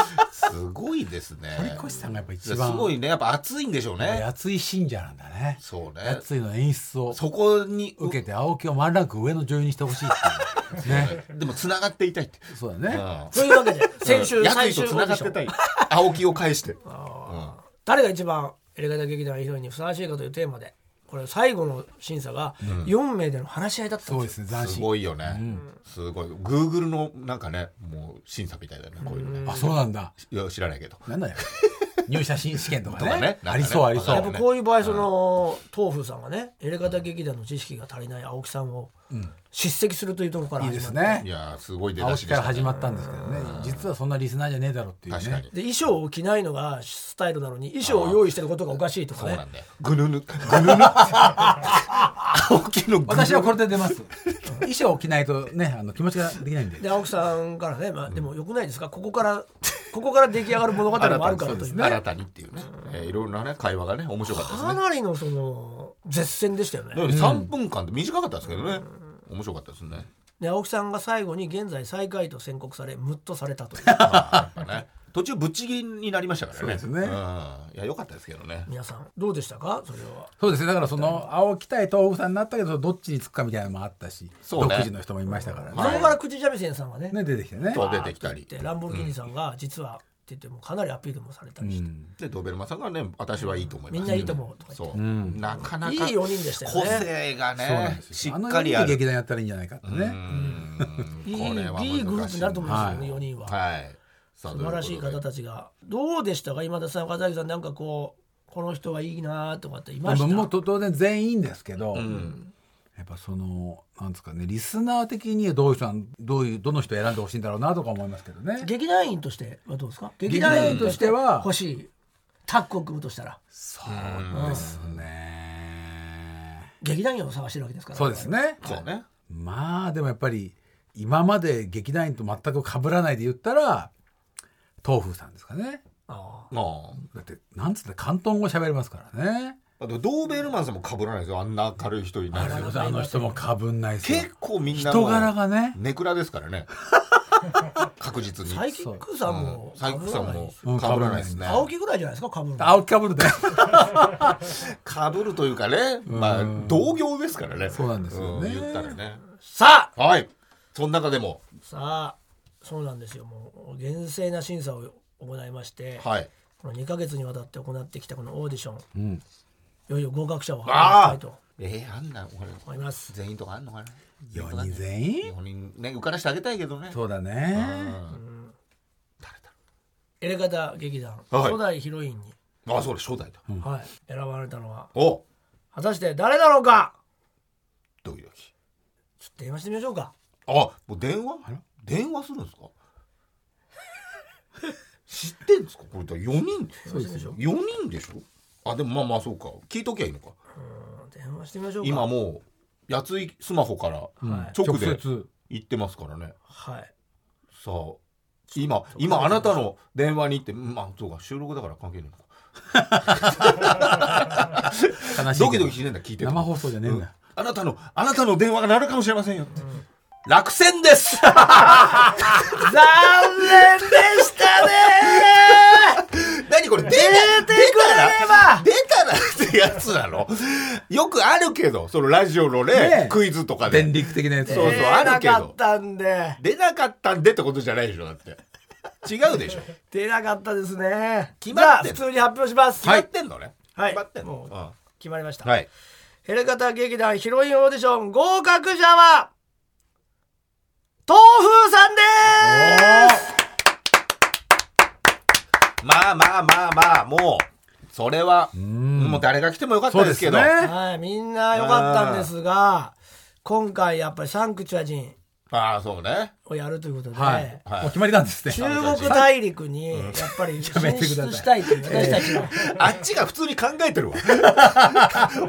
すごいですね堀越さんがやっぱいや一す番ごいねやっぱ熱いんでしょうね熱い信者なんだねそうね熱いの演出をそこに受けて青木をワンランク上の女優にしてほしいっていう ねでも繋がっていたいってそうだねというわけで先週やつ最いと終オー繋ディがっシてたョンい青木を返して誰が一番エレガタ劇団ヒロインにふさわしいかというテーマでこれ最後の審査が4名での話し合いだったすんごでいすですねよ斬す新ごいよね、すごい Google のなんかねもう審査みたいだよねこういうのねあそうなんだいや知らないけどなんだよ入社試験とかとかねなんねかねありそうありそわやかっうるぱこういう場合その東風さんがねエレガタ劇団の知識が足りない青木さんを叱責するというところからいい始までってすねいやーすごい出青だし木でからした、始ね、まったんですけどね実はそんなリスナーじゃねえだろっていう確かにねで衣装を着ないのがスタイルなのに衣装を用意してることがおかしいとかそうねなんだよぐぬぬぐぬぬ青木のぐぬぬ私はこれで出ます衣装を着ないとねあの気持ちができないんでで青木さんからね、まあ、でもよくないですかここから ここから出来上がる物語もあるからというね新たにっていうね、えーいろいろなね会話がね面白かったですかねなりのその絶戦でしたよだねから3分間で短かったですけどね、面白かったですねで青木さんが最後に現在最下位と宣告されムッとされた というやっぱね途中ぶっちぎりになりましたからねそうですねん、いや良かったですけどね皆さんどうでしたかそれはそうですねだからその青木対東北さんになったけどどっちにつくかみたいなのもあったしそうね独自の人もいましたからそねこから口三味線さんがねね出てきてねと出てきたりでランボルギーニさんが実はって言ってもかなりアピールもされたりして、でドーベルマンさんがね私はいいと思いますみんないいと思うとか言そう、なかなかいい4人でしたよね個性がそうなんねですよしっかりああの四人で劇る団やったらいいんじゃないかってねいいこれは難しいいいグループになると思うんですはよね、4人は。はいさあ素晴らしいと方うことでたちがどうでしたか今田さん片桐さんなんかこうこの人はいいなとかっていまでしもたもうと当然全員ですけど、やっぱそのなんですかねリスナー的にどういう人なんどういうどの人選んでほしいんだろうなとか思いますけどね劇団員としてはどうですか劇団員としては欲しいタッグを組むとしたらそうですね劇団員を探してるわけですからそうですねそうね。まあでもやっぱり今まで劇団員と全く被らないで言ったら東風さんですかねあああ。だってなんつって広東語喋れますからねあとドーベルマンさんも被らないですよ。あんな明るい人になるあの人も被んないですよ結構みんな人柄がねネクラですか らね。確実に。あサイキックさんもサイクさんもうん被らないですね。青木ぐらいじゃないですかかぶるの青木かぶるで被るというかね、まあ同業ですからね。そうなんですよねうん言ったらね。さあはい。その中でも、さあそうなんですよもう厳正な審査を行いまして、はい。この2か月にわたって行ってきたこのオーディション、んいよいよ合格者を発ああ表したいと。えー、あんな俺思います全員とかあんのかな。 4人全員四人ね受からしてあげたいけどね。そうだね誰だエレガタ劇団、はい初代ヒロインに、ろうあ、そうだ初代だ。はい、選ばれたのはお、果たして誰だろうかドキドキ。ちょっと電話してみましょうかあ、もう電話電話するんですか。知ってんですか。これだ四人。そうですよ。四人でしょ。あ、でもまあまあそうか。聞いときゃいいのか。うん電話してみましょうか今もうやついスマホからはい直で接言ってますからね。はいさあ今今あなたの電話に行ってまあそうか収録だから関係ないのか悲しいドキドキしねえんだ聞いてて生放送じゃねえんだうんあなたのあなたの電話が鳴るかもしれませんよって、落選です 残念でしたね何これ出て出てくれれば出たらってやつなのよくあるけどそのラジオのねねえクイズとかで電力的なやつ そうそうあるけど出なかったんで出なかったんでってことじゃないでしょだって違うでしょ出なかったですね決まってんのじゃあ普通に発表します決まってんのね、はい決まってんのもううん決まりました、はいヘレカタ劇団ヒロインオーディション合格者は東風さんですまあまあまあまあもうそれはもう誰が来てもよかったですけどそうですねはいみんな良かったんですが今回やっぱりサンクチュア人ああそうねをやるということで、はい、はもいう決まりなんですね中国大陸にやっぱり進めてください出したいという私たちの、 あっちが普通に考 えてるわ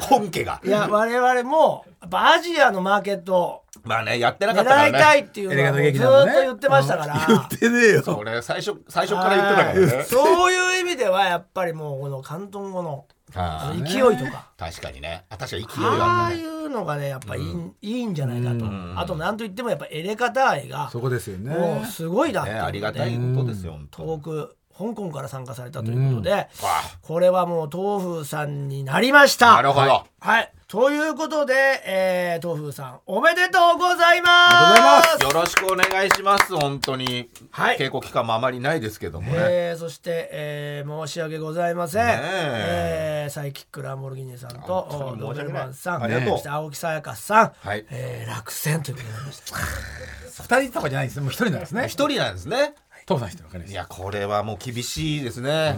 本家がいや我々もやっぱアジアのマーケットをまあねやってなか狙ったからいたいねっていう映画のはのもう劇ず団もーねっと言ってましたから。言ってねえよこれ最初最初から言ってたからはいねそういう意味ではやっぱりもうこの広東語のああ勢いとか確かにねあ確かに勢いがあああっいうのがねやっぱいい,、ん、いいんじゃないかと、あと何といってもやっぱエレカタ愛がそこですよねもうすごいなたっていねうのねでありがたいことですよ本当遠く香港から参加されたということで、わあこれはもう東風さんになりましたなるほどはいということで、えー、東風さんおめでとうございますよろしくお願いします本当にはい稽古期間もあまりないですけどもねえーそして、えー申し訳ございません、ねえーサイキックランボルギーニさんとあ本当ドに申し訳ーベルないマンさんありがとうそして青木さやかさん、はいえー落選ということになりました二人とかじゃないんですねもう一人なんですね一人なんですね父さん一人わかりまいしやこれはもう厳しいですね。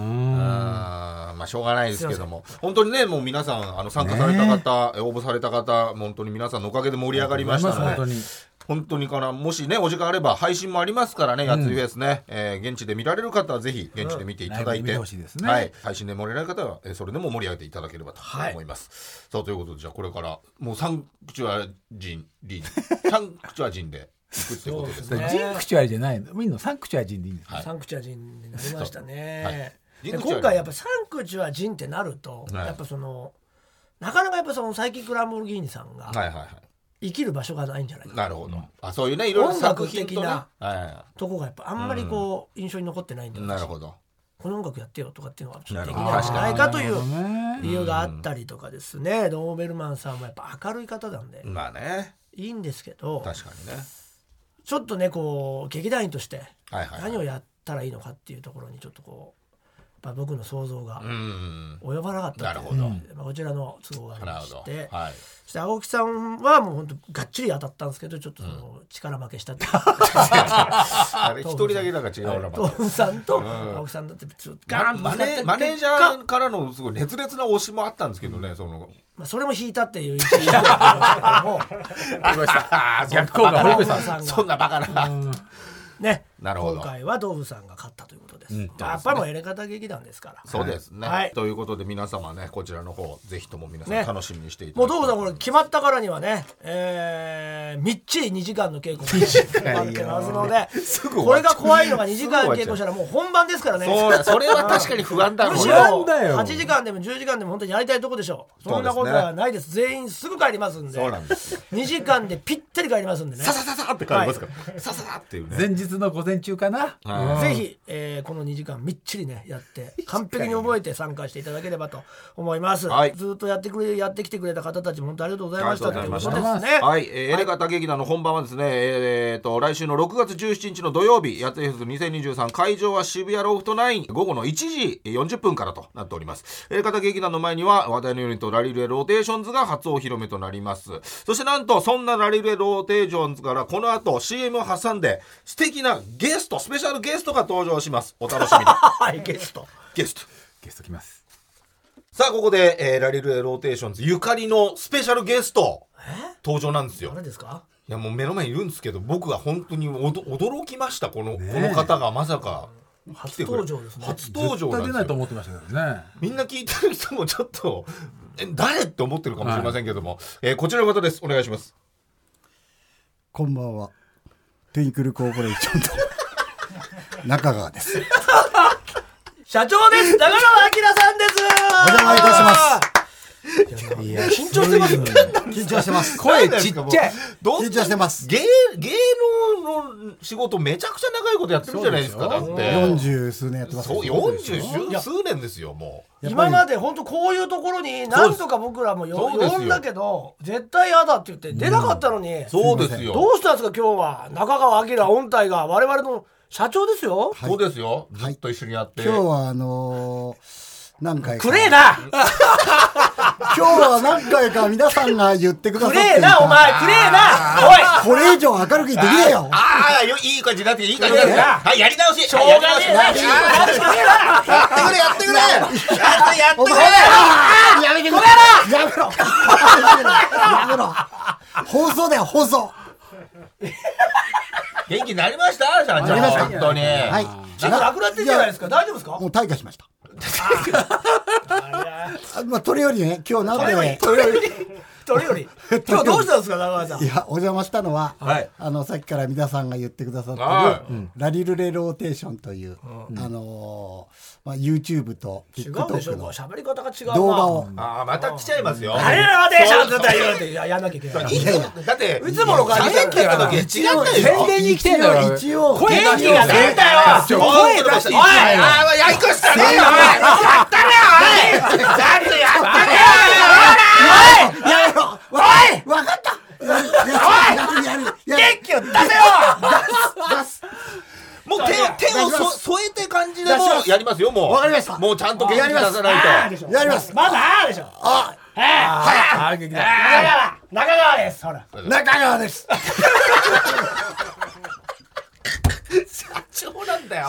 あーまあしょうがないですけども、本当にねもう皆さんあの参加された方、応募された方、もう本当に皆さんのおかげで盛り上がりましたありがとうごのざいます本当でに、本当にからもしねお時間あれば配信もありますからね、やついフェスね、えー現地で見られる方はぜひ現地で見ていただうんライいブて、見てほしいですねはい配信で盛り上がる方はえーそれでも盛り上げていただければと思います。さあということでじゃあこれからもうサンクチュア人リーサンクチュア人で行くってことですそうね。たジンクチュアリじゃないのみんなサンクチュアリでいいんですかはいサンクチュア人になりましたはねい。で人口今回やっぱサンクチュア人ってなると、はいやっぱそのなかなかやっぱそのサイキックランボルギーニさんがはいはいはい。生きる場所がないんじゃないか、なるほど。あ、そういうね、いろいろ作品とね。音は楽いはとこがやっぱあんまりこう印象に残ってないんだい。よねなるほど。この音楽やってよとかっていうのはちょっとできなるなほいどんじゃないかといなるほどうね理由があったりとかですねドーベルマンさんもやっぱ明るい方なんでまあね、いいんですけど確かにね。ちょっとねこう劇団員としてはいはいはい何をやったらいいのかっていうところにちょっとこうぱ僕の想像がうん。及ばなかったというなるほどまあこちらの都合がありなまるほしどて。はい。そして青木さんはもう本当がっちり当たったんですけどちょっとその力負けしたっていうあれ一人だけなんか違うな。まトたーンさんと青木さんだってちょっとガーンとマネマネージャーからのすごい熱烈な推しもあったんですけどね、その。まあ、それも引いたっていう一因だった んですけども逆効果バ保カ護なささんがそんなバカな。ねなるほど今回はドーブさんが勝ったということです、うんまあやっぱりもうエレガタ劇団ですからそうですね、はいということで皆様ねこちらの方ぜひとも皆さねん楽しみにしていたもだうドきたーブさいんこれ決まったからにはね、えー、みっちり2時間の稽古が待ってますの でぐ終わっちゃうこれが怖いのが2時間稽古したらもう本番ですからねそうだそれは確かに不安だろう むなし不ろ安だよ8時間でも10時間でも本当にやりたいとこでしょうそんなことはないです全員すぐ帰りますんでそうなんですよ2時間でぴったり帰りますんでねささささって感じますから、さささっていうね前日の午前中かな、はぜひ、えーこの2時間みっちりねや って完璧に覚えて参加していただければと思います、はいずっとやってくれやってきてくれた方たちも本当ありがとうございましたありがとうございまというこしたとですねはい、えー、エレガタ劇団の本番はですね、えー、と来週の6月17日の土曜日やつフェス2023会場は渋谷ロフトナイン午後の1時40分からとなっておりますエレガタ劇団の前には話題のユニットラリルエローテーションズが初お披露目となりますそしてなんとそんなラリルエローテーションズからこの後 CM を挟んで素敵なゲストスペシャルゲストが登場しますお楽しみ にはい ゲストゲストゲスト来ますさあここで、えーラリルエローテーションズゆかりのスペシャルゲスト登場なんですよ誰ですかいやもう目の前にいるんですけど僕が本当におど驚きましたこの,、この方がまさか来初てくれ登場ですね初登場絶なん対で出すないとよ思ってましたけどねみんな聞いてる人もちょっと え誰って思ってるかもしれませんけども、えーこちらの方ですお願いしますこんばんは。テイクルコーポレーションと中川です。社長です長野明さんですお邪魔いたしますいや緊張してます緊張してます。声ちっちゃいどん緊張してます。芸芸能の仕事めちゃくちゃ長いことやってるじゃないですかだって四十数年やってます。そう40数年ですよもう。やっぱり今まで本当こういうところに何とか僕らもよそうですよ呼んだけど絶対嫌だって言って出なかったのに、そうですよ。どうしたんですか今日は中川明本体が我々の社長ですよ、そうですよ。ずっと一緒にやって。今日はあのー何回かくれえな今日は何回か皆さんが言ってくださっくていたれえなお前くれえなこれ以上明るくできねえよああ、よいい感じになってきた、いい感じになってきた。はい、やり直し。しょおうい動画ねえなやり直しやってくれえなやってくれ、やってくれ。やってやってくれ。やめてくれやめろやめろ放送だよ放送元気になりました社長。なりました本当に。はいちょっとなくなってんじゃないですか大丈夫ですかもう退化しました あまあ、それよりね今日なんそれよりでそれよりそれより今日どうしたんですか中川さんいやお邪魔したのは、はいあのさっきから皆さんが言ってくださってる、はいうんラリルレローテーションという、あのーまあ、YouTube と違うでしょ TikTok うかの喋り方が違うな動画をああ、また来ちゃいますよ。あれらでしょ絶対言われていややんなきゃいけないいつだって、いつもの感じ喋ってた時違ったよ。宣伝に来てんだろ一応声出元し気てがよ出たよちょ声出していいおいああ、やりこしたねおいやったねおいちゃんとやったねやめろおいわかったおいやる元やるやる気を出せよ出すもう手を、手をそ添えて感じでもうやりますよ、もう。わかりましたもうちゃんと元気出さないと。やりますまだあーでしょああー劇団中川中川ですほら中川です社長なんだよ。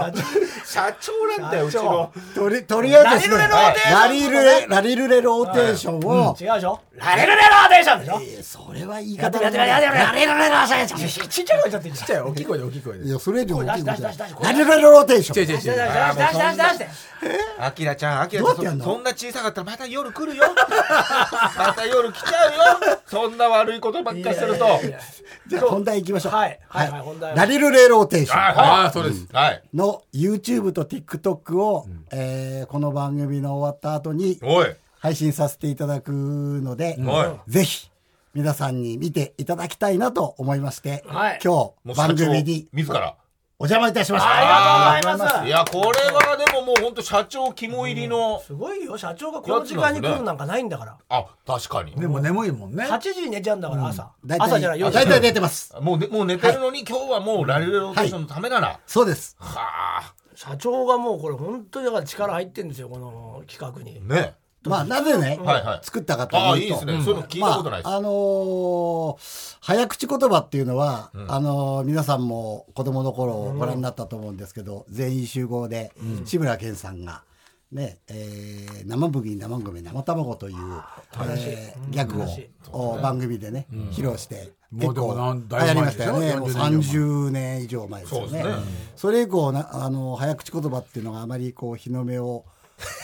社長なんだよ、うちの。とりとりあえずですねララリリルルレレラリルレローテーションを、違うでしょラレルレローテーションでしょえーそれは言い方やってみろやってみろやってみろラリルレローテーションちっちゃい声ちゃっていいじゃちっんちゃい大きい声で大きい声でいやそれ以上大きいことじゃ出し出し出しないラリルレローテーシ違うョン違う違う出して出して出して出してあきらちゃん、あきらどうやってちゃやんん、のそそんな小さかったらまた夜来るよ。 また夜来ちゃうよ。そんな悪いことばっかすると。じゃあ本題行きましょうはいはいはい本題はラリルレローテーションはあーそうですい。はい。の YouTube と TikTok を、えーこの番組の終わった後におい。配信させていただくので、おい。ぜひ皆さんに見ていただきたいなと思いまして、はい今もう日社番長組に自ら。お邪魔いたしました。ありがとうございますいや、これはでももう本当社長肝入りの。すごいよ社長がこの時間に来るなんかないんだからあ、確かに。でも眠いもんね8時に寝ちゃうんだから朝大体朝じゃないあ夜大体出てます。もうね、もう寝てるのに、今日はもうラリルローテーションのためなら。そうです。はあ。社長がもうこれ本当にだから力入ってんですよこの企画に、ねまあなぜね、はいはい作ったかとああいいいうとですね、そういうの聞いたことないです、まああのー早口言葉っていうのは、あのー皆さんも子供の頃ご覧になったと思うんですけど、全員集合で志村けんさんが、ねえー生麦生米生卵という、えーギャグを、お番組でね、披露しても結うでも構なん流だい行ぶ前りまでししたょよねもう40年以上30年以上前ですよそうでねすねそれ以降なあの早口言葉っていうのがあまりこう日の目を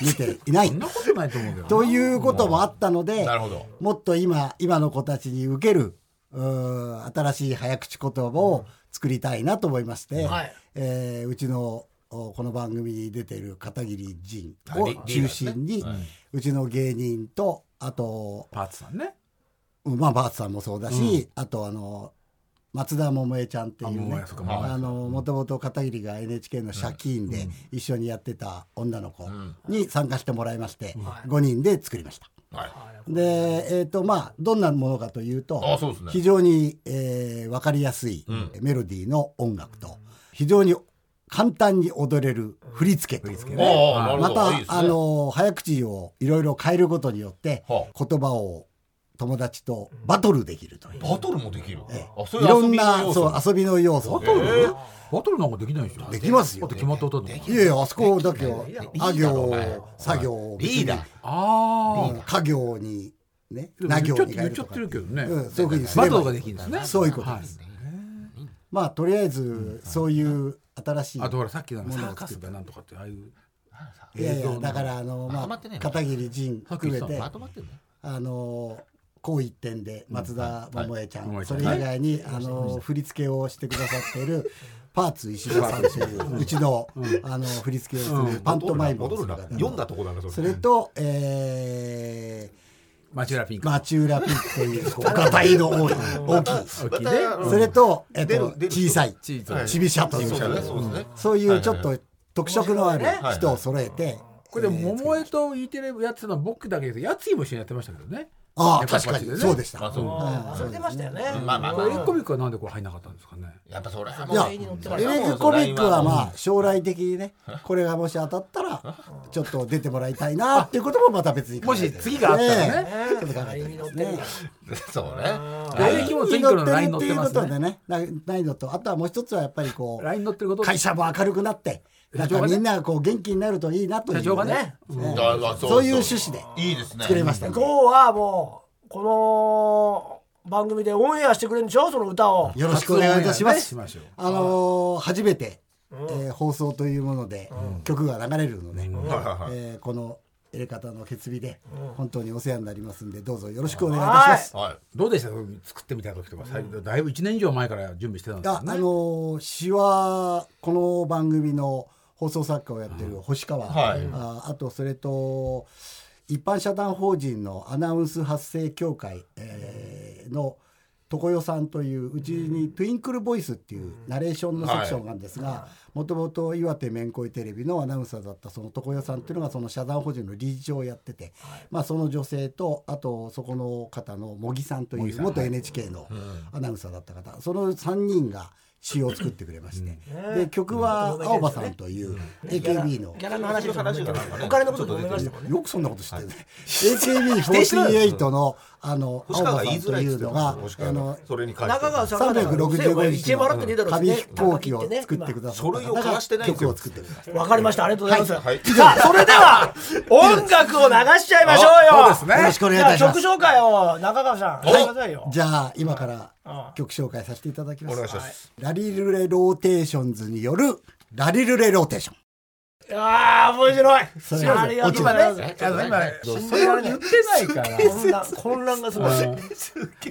見て いないそんなことないと思うけどなということもあったので、なるほどもっと今今の子たちに受けるうー新しい早口言葉を作りたいなと思いまして、はいえーうちのおこの番組に出ている片桐仁はをいリリーダー中ですね心に、うちの芸人とあとパーツさんねまあバーツさんもそうだし、あとあの松田桃江ちゃんっていあう桃ね江そうか桃江あのもともと片桐が NHK の借金で一緒にやってた女の子に参加してもらいまして、5人で作りました。はい、で、えーとまあ、どんなものかというとあそうですね非常に、え分かりやすいメロディーの音楽と、非常に簡単に踊れる振り付けとああなるまほどたいいですねあの早口をいろいろ変えることによって、は言葉を友達とバトルできるという。バトルもできる、えあえそいういうろ遊んびのな要素そう遊びの要素バトル、えーバトルなんかできないでしょできますよだって決まった音だもんいやいやあそこだけはあお行前作業リーダーあうん家業にねあな行ちょっにと変言えっるちゃとっかてるけどね、うんそういうふうにすればバトルができるんですねそういうことですはいまあとりあえずそういう新しいあとほらさっきのあのもサのをー作カっスだなんとかってああいういやい映像やのだからあのままとまあってないの片桐仁含めてまとまってるねあのこう一点で松田桃江ちゃん、はいはいそれ以外に、あの振り付けをしてくださって いるパーツ石田さんといううちの,、あの振り付けをするパントマイムをす戻るるな方読んだとこだなそれそれと、えマチュラピンー、ク、マチューラピックというこうガタイの多い大きい大きいねそれと,、えっ出とる出る人小さいチーズ、はいちびシャトそうルですねそうですねそういうちょっと特色のあるはい人を揃えて、これでも桃江と E テレやってたのは僕だけですやついも一緒にやってましたけどねああやっぱり確こかにっちでねそうでした、まあそうあーそれ出ましたよね、まあまあこまれエあコミックはなんでこれ入んなかったんですかねやっぱそれはいや、もうエレに乗ってクコミックはまあ将来的にね、これがもし当たった ら、ちょっと出てもらいたいなっていうこともまた別に考えてる。もし次があったらねええちょっと考えてみますね。そうね来歴もツインクルの LINE 乗ってますっていうことねでね、なないのと、あとはもう一つはやっぱりこう、 LINE 乗ってること会社も明るくなって、なん社長かがねみんながこう元気になるといいなという、社長がねええだだそういう趣旨でいいですね作れましたね。今日はもうこの番組でオンエアしてくれるんでしょその歌をよろしくお願いいたします。初音ミクねしましょうあのー初めて、えー放送というもので、曲が流れるので、はいはいはいえーこのエレカタの決日で本当にお世話になりますんでどうぞよろしくお願いいたします。はいどうでした作ってみた時とか最近だいぶ1年以上前から準備してたんですあよあねのー詩はこの番組の放送作家をやってる星川、はいああとそれと一般社団法人のアナウンス発声協会、えーの常世さんといううちに「トゥインクルボイス」っていうナレーションのセクションがあるんですがもともと岩手めんこいテレビのアナウンサーだったその常世さんっていうのがその社団法人の理事長をやってて、まあ、その女性とあとそこの方の茂木さんという元 NHK のアナウンサーだった方その3人が詩を作ってくれましてで曲は青葉さんという AKB のギャラの話を話がなんかねお金のことで思いましたもんねよくそんなこと知ってるね。AKB48 の、あの、青星川が葉さ言んいづとらいっいつっうてのましたよ、星川ががあの、それに関して中川さんが365日1円もらってもいいだろうし紙ね飛行機を作ってくださ書った類を交わして方ながいんです曲よを作ってくださった。わかりましたありがとうございます、はいさあそれでは音楽を流しちゃいましょうよあそうですねよろしくお願いいじゃあたしま曲す。紹介を中川さんしてくださいよじゃあ、今からあ曲紹介させていただきまおす。願いしますラリルレローテーションズによる、ラリルレローテーション。ああ面白いそれはありがとうございますあの今それは言ってないから混乱混乱がすごい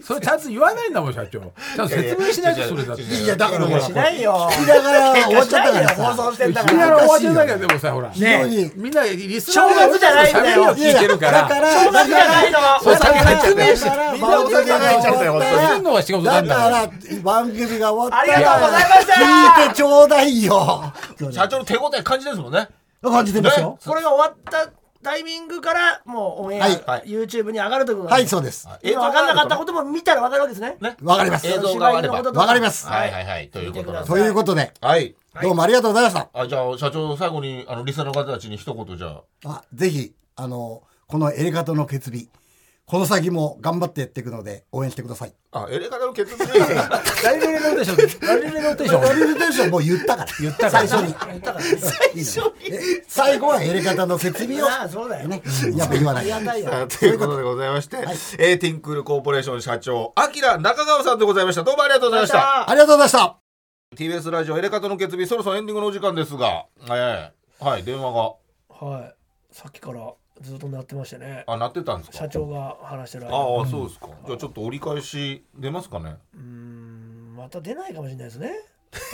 それちゃんと言わないんだもん社長ちゃんと説明しないとそれだっていいや、だからほら、し聞ないよきながら終わっちゃったから 放送さし。てんだか君らら終わってないけどでもさほら非常に。みんなリスナーが正月じゃないんだよ聞いてるからだから、正月じゃないのそうさ説明しだからてみ番んなお酒組が入っちゃったよ本終当わにっ見るのが仕事なたんだからだから番組が終わったありがとうございました聞いてちょうだいよ社長の手応え感じですもんね感じてますよこれが終わったタイミングからもうオンエア、はい YouTube に上がるということなんはいですそうです今分かんなかったことも見たら分かるわけですねねわかります映像があれその縛りばのこととわかりますはいはいはいということなんですということではいどうもありがとうございました。あじゃあ社長最後にあのリスナーの方たちに一言じゃああぜひあのこのエレガトの決備この先も頑張ってやっていくので応援してください。あエレガタの決断ラリルレローテーション、ラリルレローテーション。ラリルテーションもう言ったから。言ったから最初に。いいのえ最後はエレガタの決備を。ああそうだよねね。やっぱ言わなあいり。がたいよあ ということでございまして、えーティンクルコーポレーション社長アキラ中川さんでございましたどうもありがとうございましたありがとうございました。 TBS ラジオエレカタの決日そろそろエンディングのお時間ですが、えーはい電話がはいさっきからずっと鳴ってましたねあ鳴ってたんですか社長が話してる間ああそうですか、じゃあちょっと折り返し出ますかねうーんまた出ないかもしれないです ね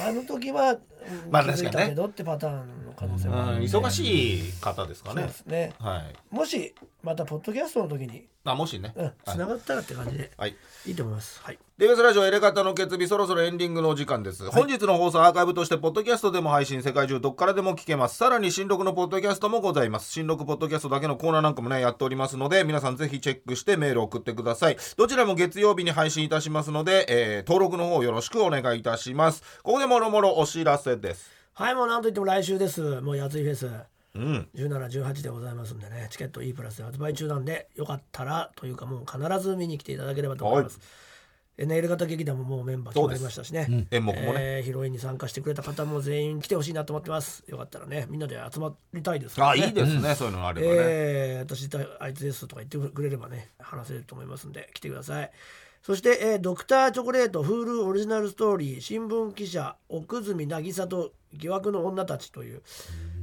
あの時はうんまあ気づい確かにたねけどってパターンの可能性うんもある忙しい方ですかそうねですねはいもしまたポッドキャストの時にあもしね、うんつながったらって感じではいいいと思いますはい TBS ラジオエレカタの決日そろそろエンディングのお時間です、本日の放送はアーカイブとしてポッドキャストでも配信世界中どっからでも聞けますさらに新録のポッドキャストもございます新録ポッドキャストだけのコーナーなんかもねやっておりますので皆さんぜひチェックしてメールを送ってくださいどちらも月曜日に配信いたしますので、えー登録の方よろしくお願いいたしますここでもろもろお知らせですはいもうなんといっても来週ですもうやついフェスうん1718でございますんでねチケット E プラスで発売中なんでよかったらというかもう必ず見に来ていただければと思います、えねエレガタ劇団ももうメンバー決まりましたしね、演目もね、えーヒロインに参加してくれた方も全員来てほしいなと思ってますよかったらねみんなで集まりたいですからあねいいです ね、そういうのがあればね、えー私だあいつですとか言ってくれればね話せると思いますんで来てくださいそして、えードクターチョコレート Hulu オリジナルストーリー新聞記者奥住渚と疑惑の女たちという、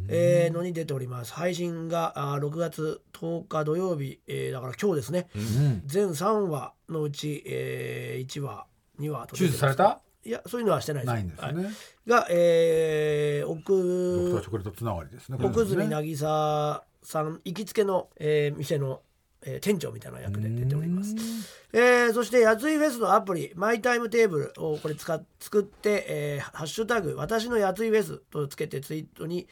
えーのに出ております配信があー6月10日土曜日、えーだから今日ですね、全3話のうち、え1話2話と手出て術ますされたいやそういうのはしてないですないんですはいね。が、えードクター奥チョコレートつながりですね。奥住ね渚さん行きつけの、えー店の、えー店長みたいな役で出ております、えーそしてやついフェスのアプリ「マイタイムテーブル」をこれ使っ作って、えーハッシュタグ私のやついフェス」とつけてツイートに、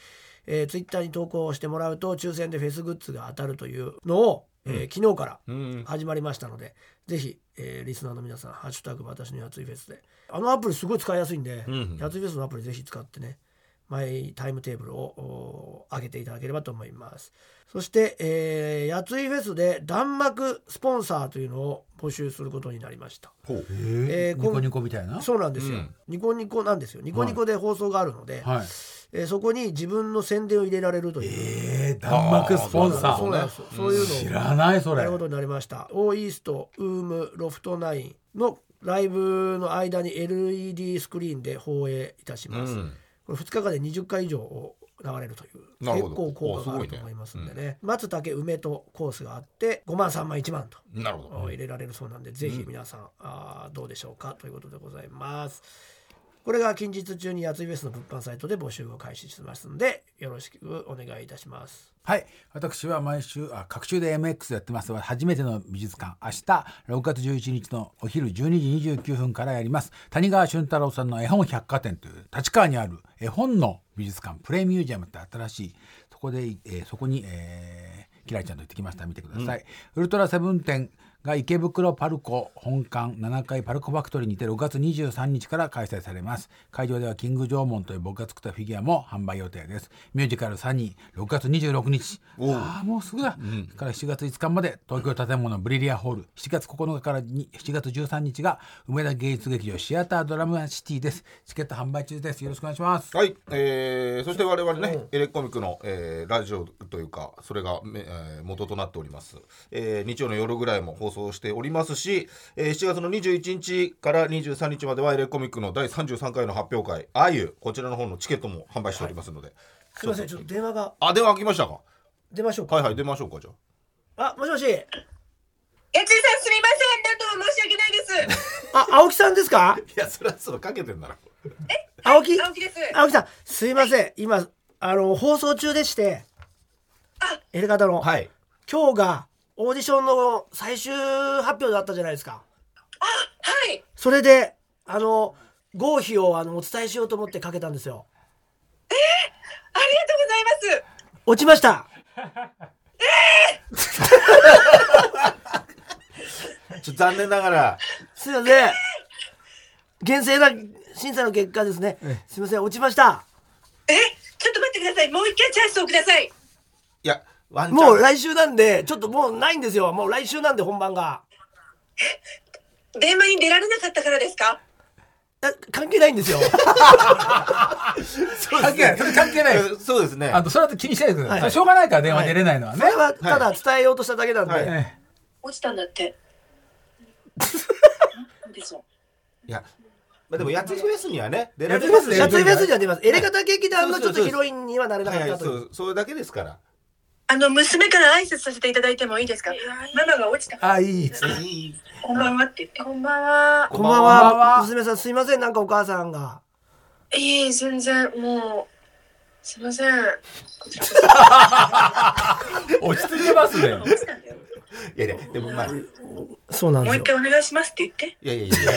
えーツイッターに投稿してもらうと抽選でフェスグッズが当たるというのを、えー昨日からうん始まりましたので、ぜひ、えーリスナーの皆さん「ハッシュタグ私のやついフェスで」あのアプリすごい使いやすいんで、んやついフェスのアプリぜひ使ってねマイタイムテーブルをおー上げていただければと思いますそして、えー、やついフェスで弾幕スポンサーというのを募集することになりましたほうええーーこんニコニコみたいな。そうなんですよ、うんニコニコなんですよニコニコで放送があるので、はい。えーそこに自分の宣伝を入れられるという、えー、弾幕スポンサそうー。なんですよそういうのを知らないそなれる。ことになりました。オーイースト、ウーム、ロフトナインのライブの間に LED スクリーンで放映いたします。うんこれ2日間で20回以上を流れるというなる結ほど構効果があおるすごいねと思いますんでね松竹梅とコースがあって5万3万1万となるほど入れられるそうなんで、ぜひ皆さんあーどうでしょうかということでございます。これが近日中にやついフェスの物販サイトで募集を開始しますのでよろしくお願いいたします。はい。私は毎週、あ、各週で MX やってます。初めての美術館。明日、6月11日のお昼12時29分からやります。谷川俊太郎さんの絵本百貨店という、立川にある絵本の美術館、プレミュージアムって新しい、そこで、えーそこに、えー、キラリちゃんと行ってきました。見てください。ウルトラセブン展が池袋パルコ本館7階パルコファクトリーにて6月23日から開催されます会場ではキング・ジョーモンという僕が作ったフィギュアも販売予定ですミュージカル「サニー」6月26日ああもうすぐだ、それから7月5日まで東京建物ブリリアホール7月9日からに7月13日が梅田芸術劇場シアタードラムシティですチケット販売中ですよろしくお願いしますはい、えー、そして我々ね、エレコミックの、えーラジオというかそれがめ、えー元となっております、えー日曜の夜ぐらいも放送しておりますし、えー7月の21日から23日まではエレコミックの第33回の発表会「あゆ」こちらの方のチケットも販売しておりますので、すいませんちょっと電話があ電話開きましたか出ましょうか。はいはい出ましょうかじゃああもしもし。やついさんすみません、何度も申し訳ないです。あ、青木さんですかいやそれはそうかけてんだろ青木、青木です。青木さん、すいません。今、あの、放送中でして、エレガタの、はい今日がオーディションの最終発表だったじゃないですか。あ、はい。それで、あの、合否をあのお伝えしようと思ってかけたんですよ。ありがとうございます。落ちました。ちょ残念ながらすいません。厳正な審査の結果ですね。すいません、落ちました。ください。もう一回チャンスをください。いや、ワンチャン。もう来週なんで、ちょっともうないんですよ。もう来週なんで本番が。電話に出られなかったからですかあ関係ないんですよ。そうです関係ない。それ関係ないです。えそうですね。あと、それだと気にしないでください。はいしょうがないから電話出れないのはそね。れはただ伝えようとしただけなんで。はいええ落ちたんだって。なんでしょういや、まあ、でも、やつフェスにはね、出らやれつまますすねやつフェスには出ます。エレガタ劇団のちょっとヒロインにはなれなかはっいはいたとそいう。う、それだけですから。あの、娘から挨拶させていただいてもいいですかママが落ちた。あ、いい。 こんばんはって言って。こんばんは。こんばんこんばんはは。娘さんすいません、なんかお母さんが。いい、全然、もう、すいません。落ち着いてますね。落ちたんだよ。いやいや、でも、まあ、いそうなんもでうす一よ。回お願いしますって言って。やいやいや、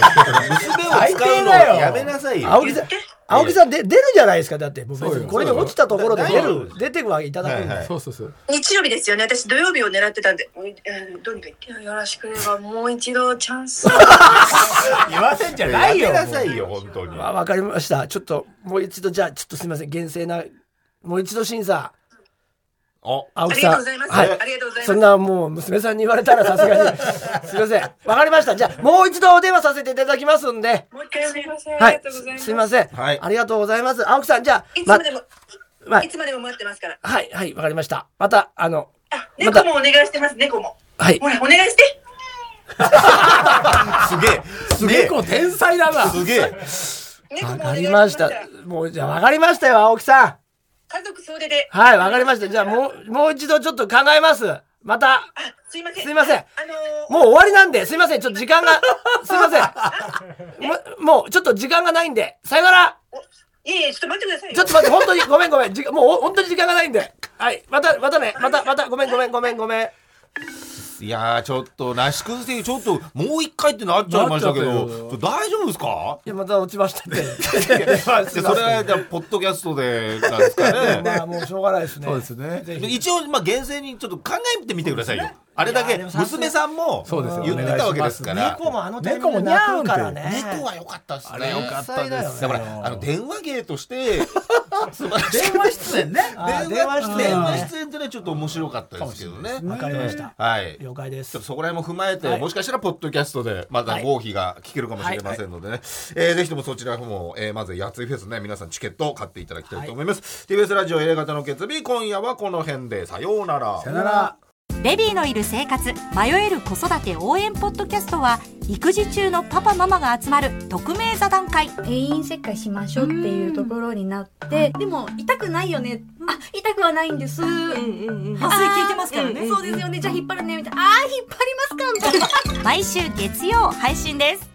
娘を使うのやめなさいよ。青木さん言って。青木さんで出るじゃないですかだってもう別そうによこれで落ちたところで出そうよる出てはいただくんはいはでいそうそうそう。日曜日ですよね。私土曜日を狙ってたんで、おいあのどうにか言って。よろしくればもう一度チャンス。言わせんじゃなやいよめ。なさいよ、本当に。わ、わかりましたちょっともう一度じゃあちょっとすいません厳正なもう一度審査お、青あ木りさんがとうございます。はありがとうございます。そんなもう娘さんに言われたらさすがにすいませんわかりましたじゃあもう一度お電話させていただきますんでもう一回すいません。あはりいがとうございます。すいません、はいありがとうございます青木さんじゃあいつまでも、まいつまでも待ってますから。はいはいわかりましたまたあのあ、ま猫たもお願いしてます。猫も。はいほら、お願いして。すげえ、すげえ、猫天才だな。すげえ。猫わもおか願いりしまますしかたら。もうじゃあわかりましたよ青木さん家族総出で。はい、わかりました。じゃあ、もう、もう一度ちょっと考えます。また、あ、すいません。すいませんあのー、もう終わりなんで、すいません。ちょっと時間が、すいません。ももう、ちょっと時間がないんで、さよなら。おいやいや、ちょっと待ってくださいよ。ちょっと待って、本当に、ごめんごめん。じもう、お本当に時間がないんで。はい、また、またね。また、また、ごめんごめんごめんごめん。いやーちょっとなし崩せちょっともう一回ってなっちゃいましたけなどっちゃったよそれ大丈夫ですかいや、また落ちましたって。いやそれはじゃあポッドキャストでなんで すか ねまあ、もうしょうがないですね。そうですね。一応まあ厳正にちょっと考えてみてくださいよあれだけ娘さんもそうですよ言ってたわけですから猫もあのタイミングで泣くからね。猫は良かったですねかったですよだからあの電話芸として素晴らしい電話出演ね。あ 電電話出話演電話出演ってねちょっと面白かったですけどねわかりました。はい了解でちょすっと。そこら辺も踏まえて、はいもしかしたらポッドキャストでまた合否が聞けるかもしれませんのでね、えーぜひともそちらも、えーまずやついフェスね皆さんチケットを買っていただきたいと思います、TBS ラジオ A 型の決日今夜はこの辺でさようならさよなら。ベビーのいる生活迷える子育て応援ポッドキャストは育児中のパパママが集まる匿名座談会定員切開しましょうっていうところになって、でも痛くないよね、あ痛くはないんです、麻酔効いてますからねうんそうですよねじゃあ引っ張るねみたいなあー引っ張りますかみたいな毎週月曜配信です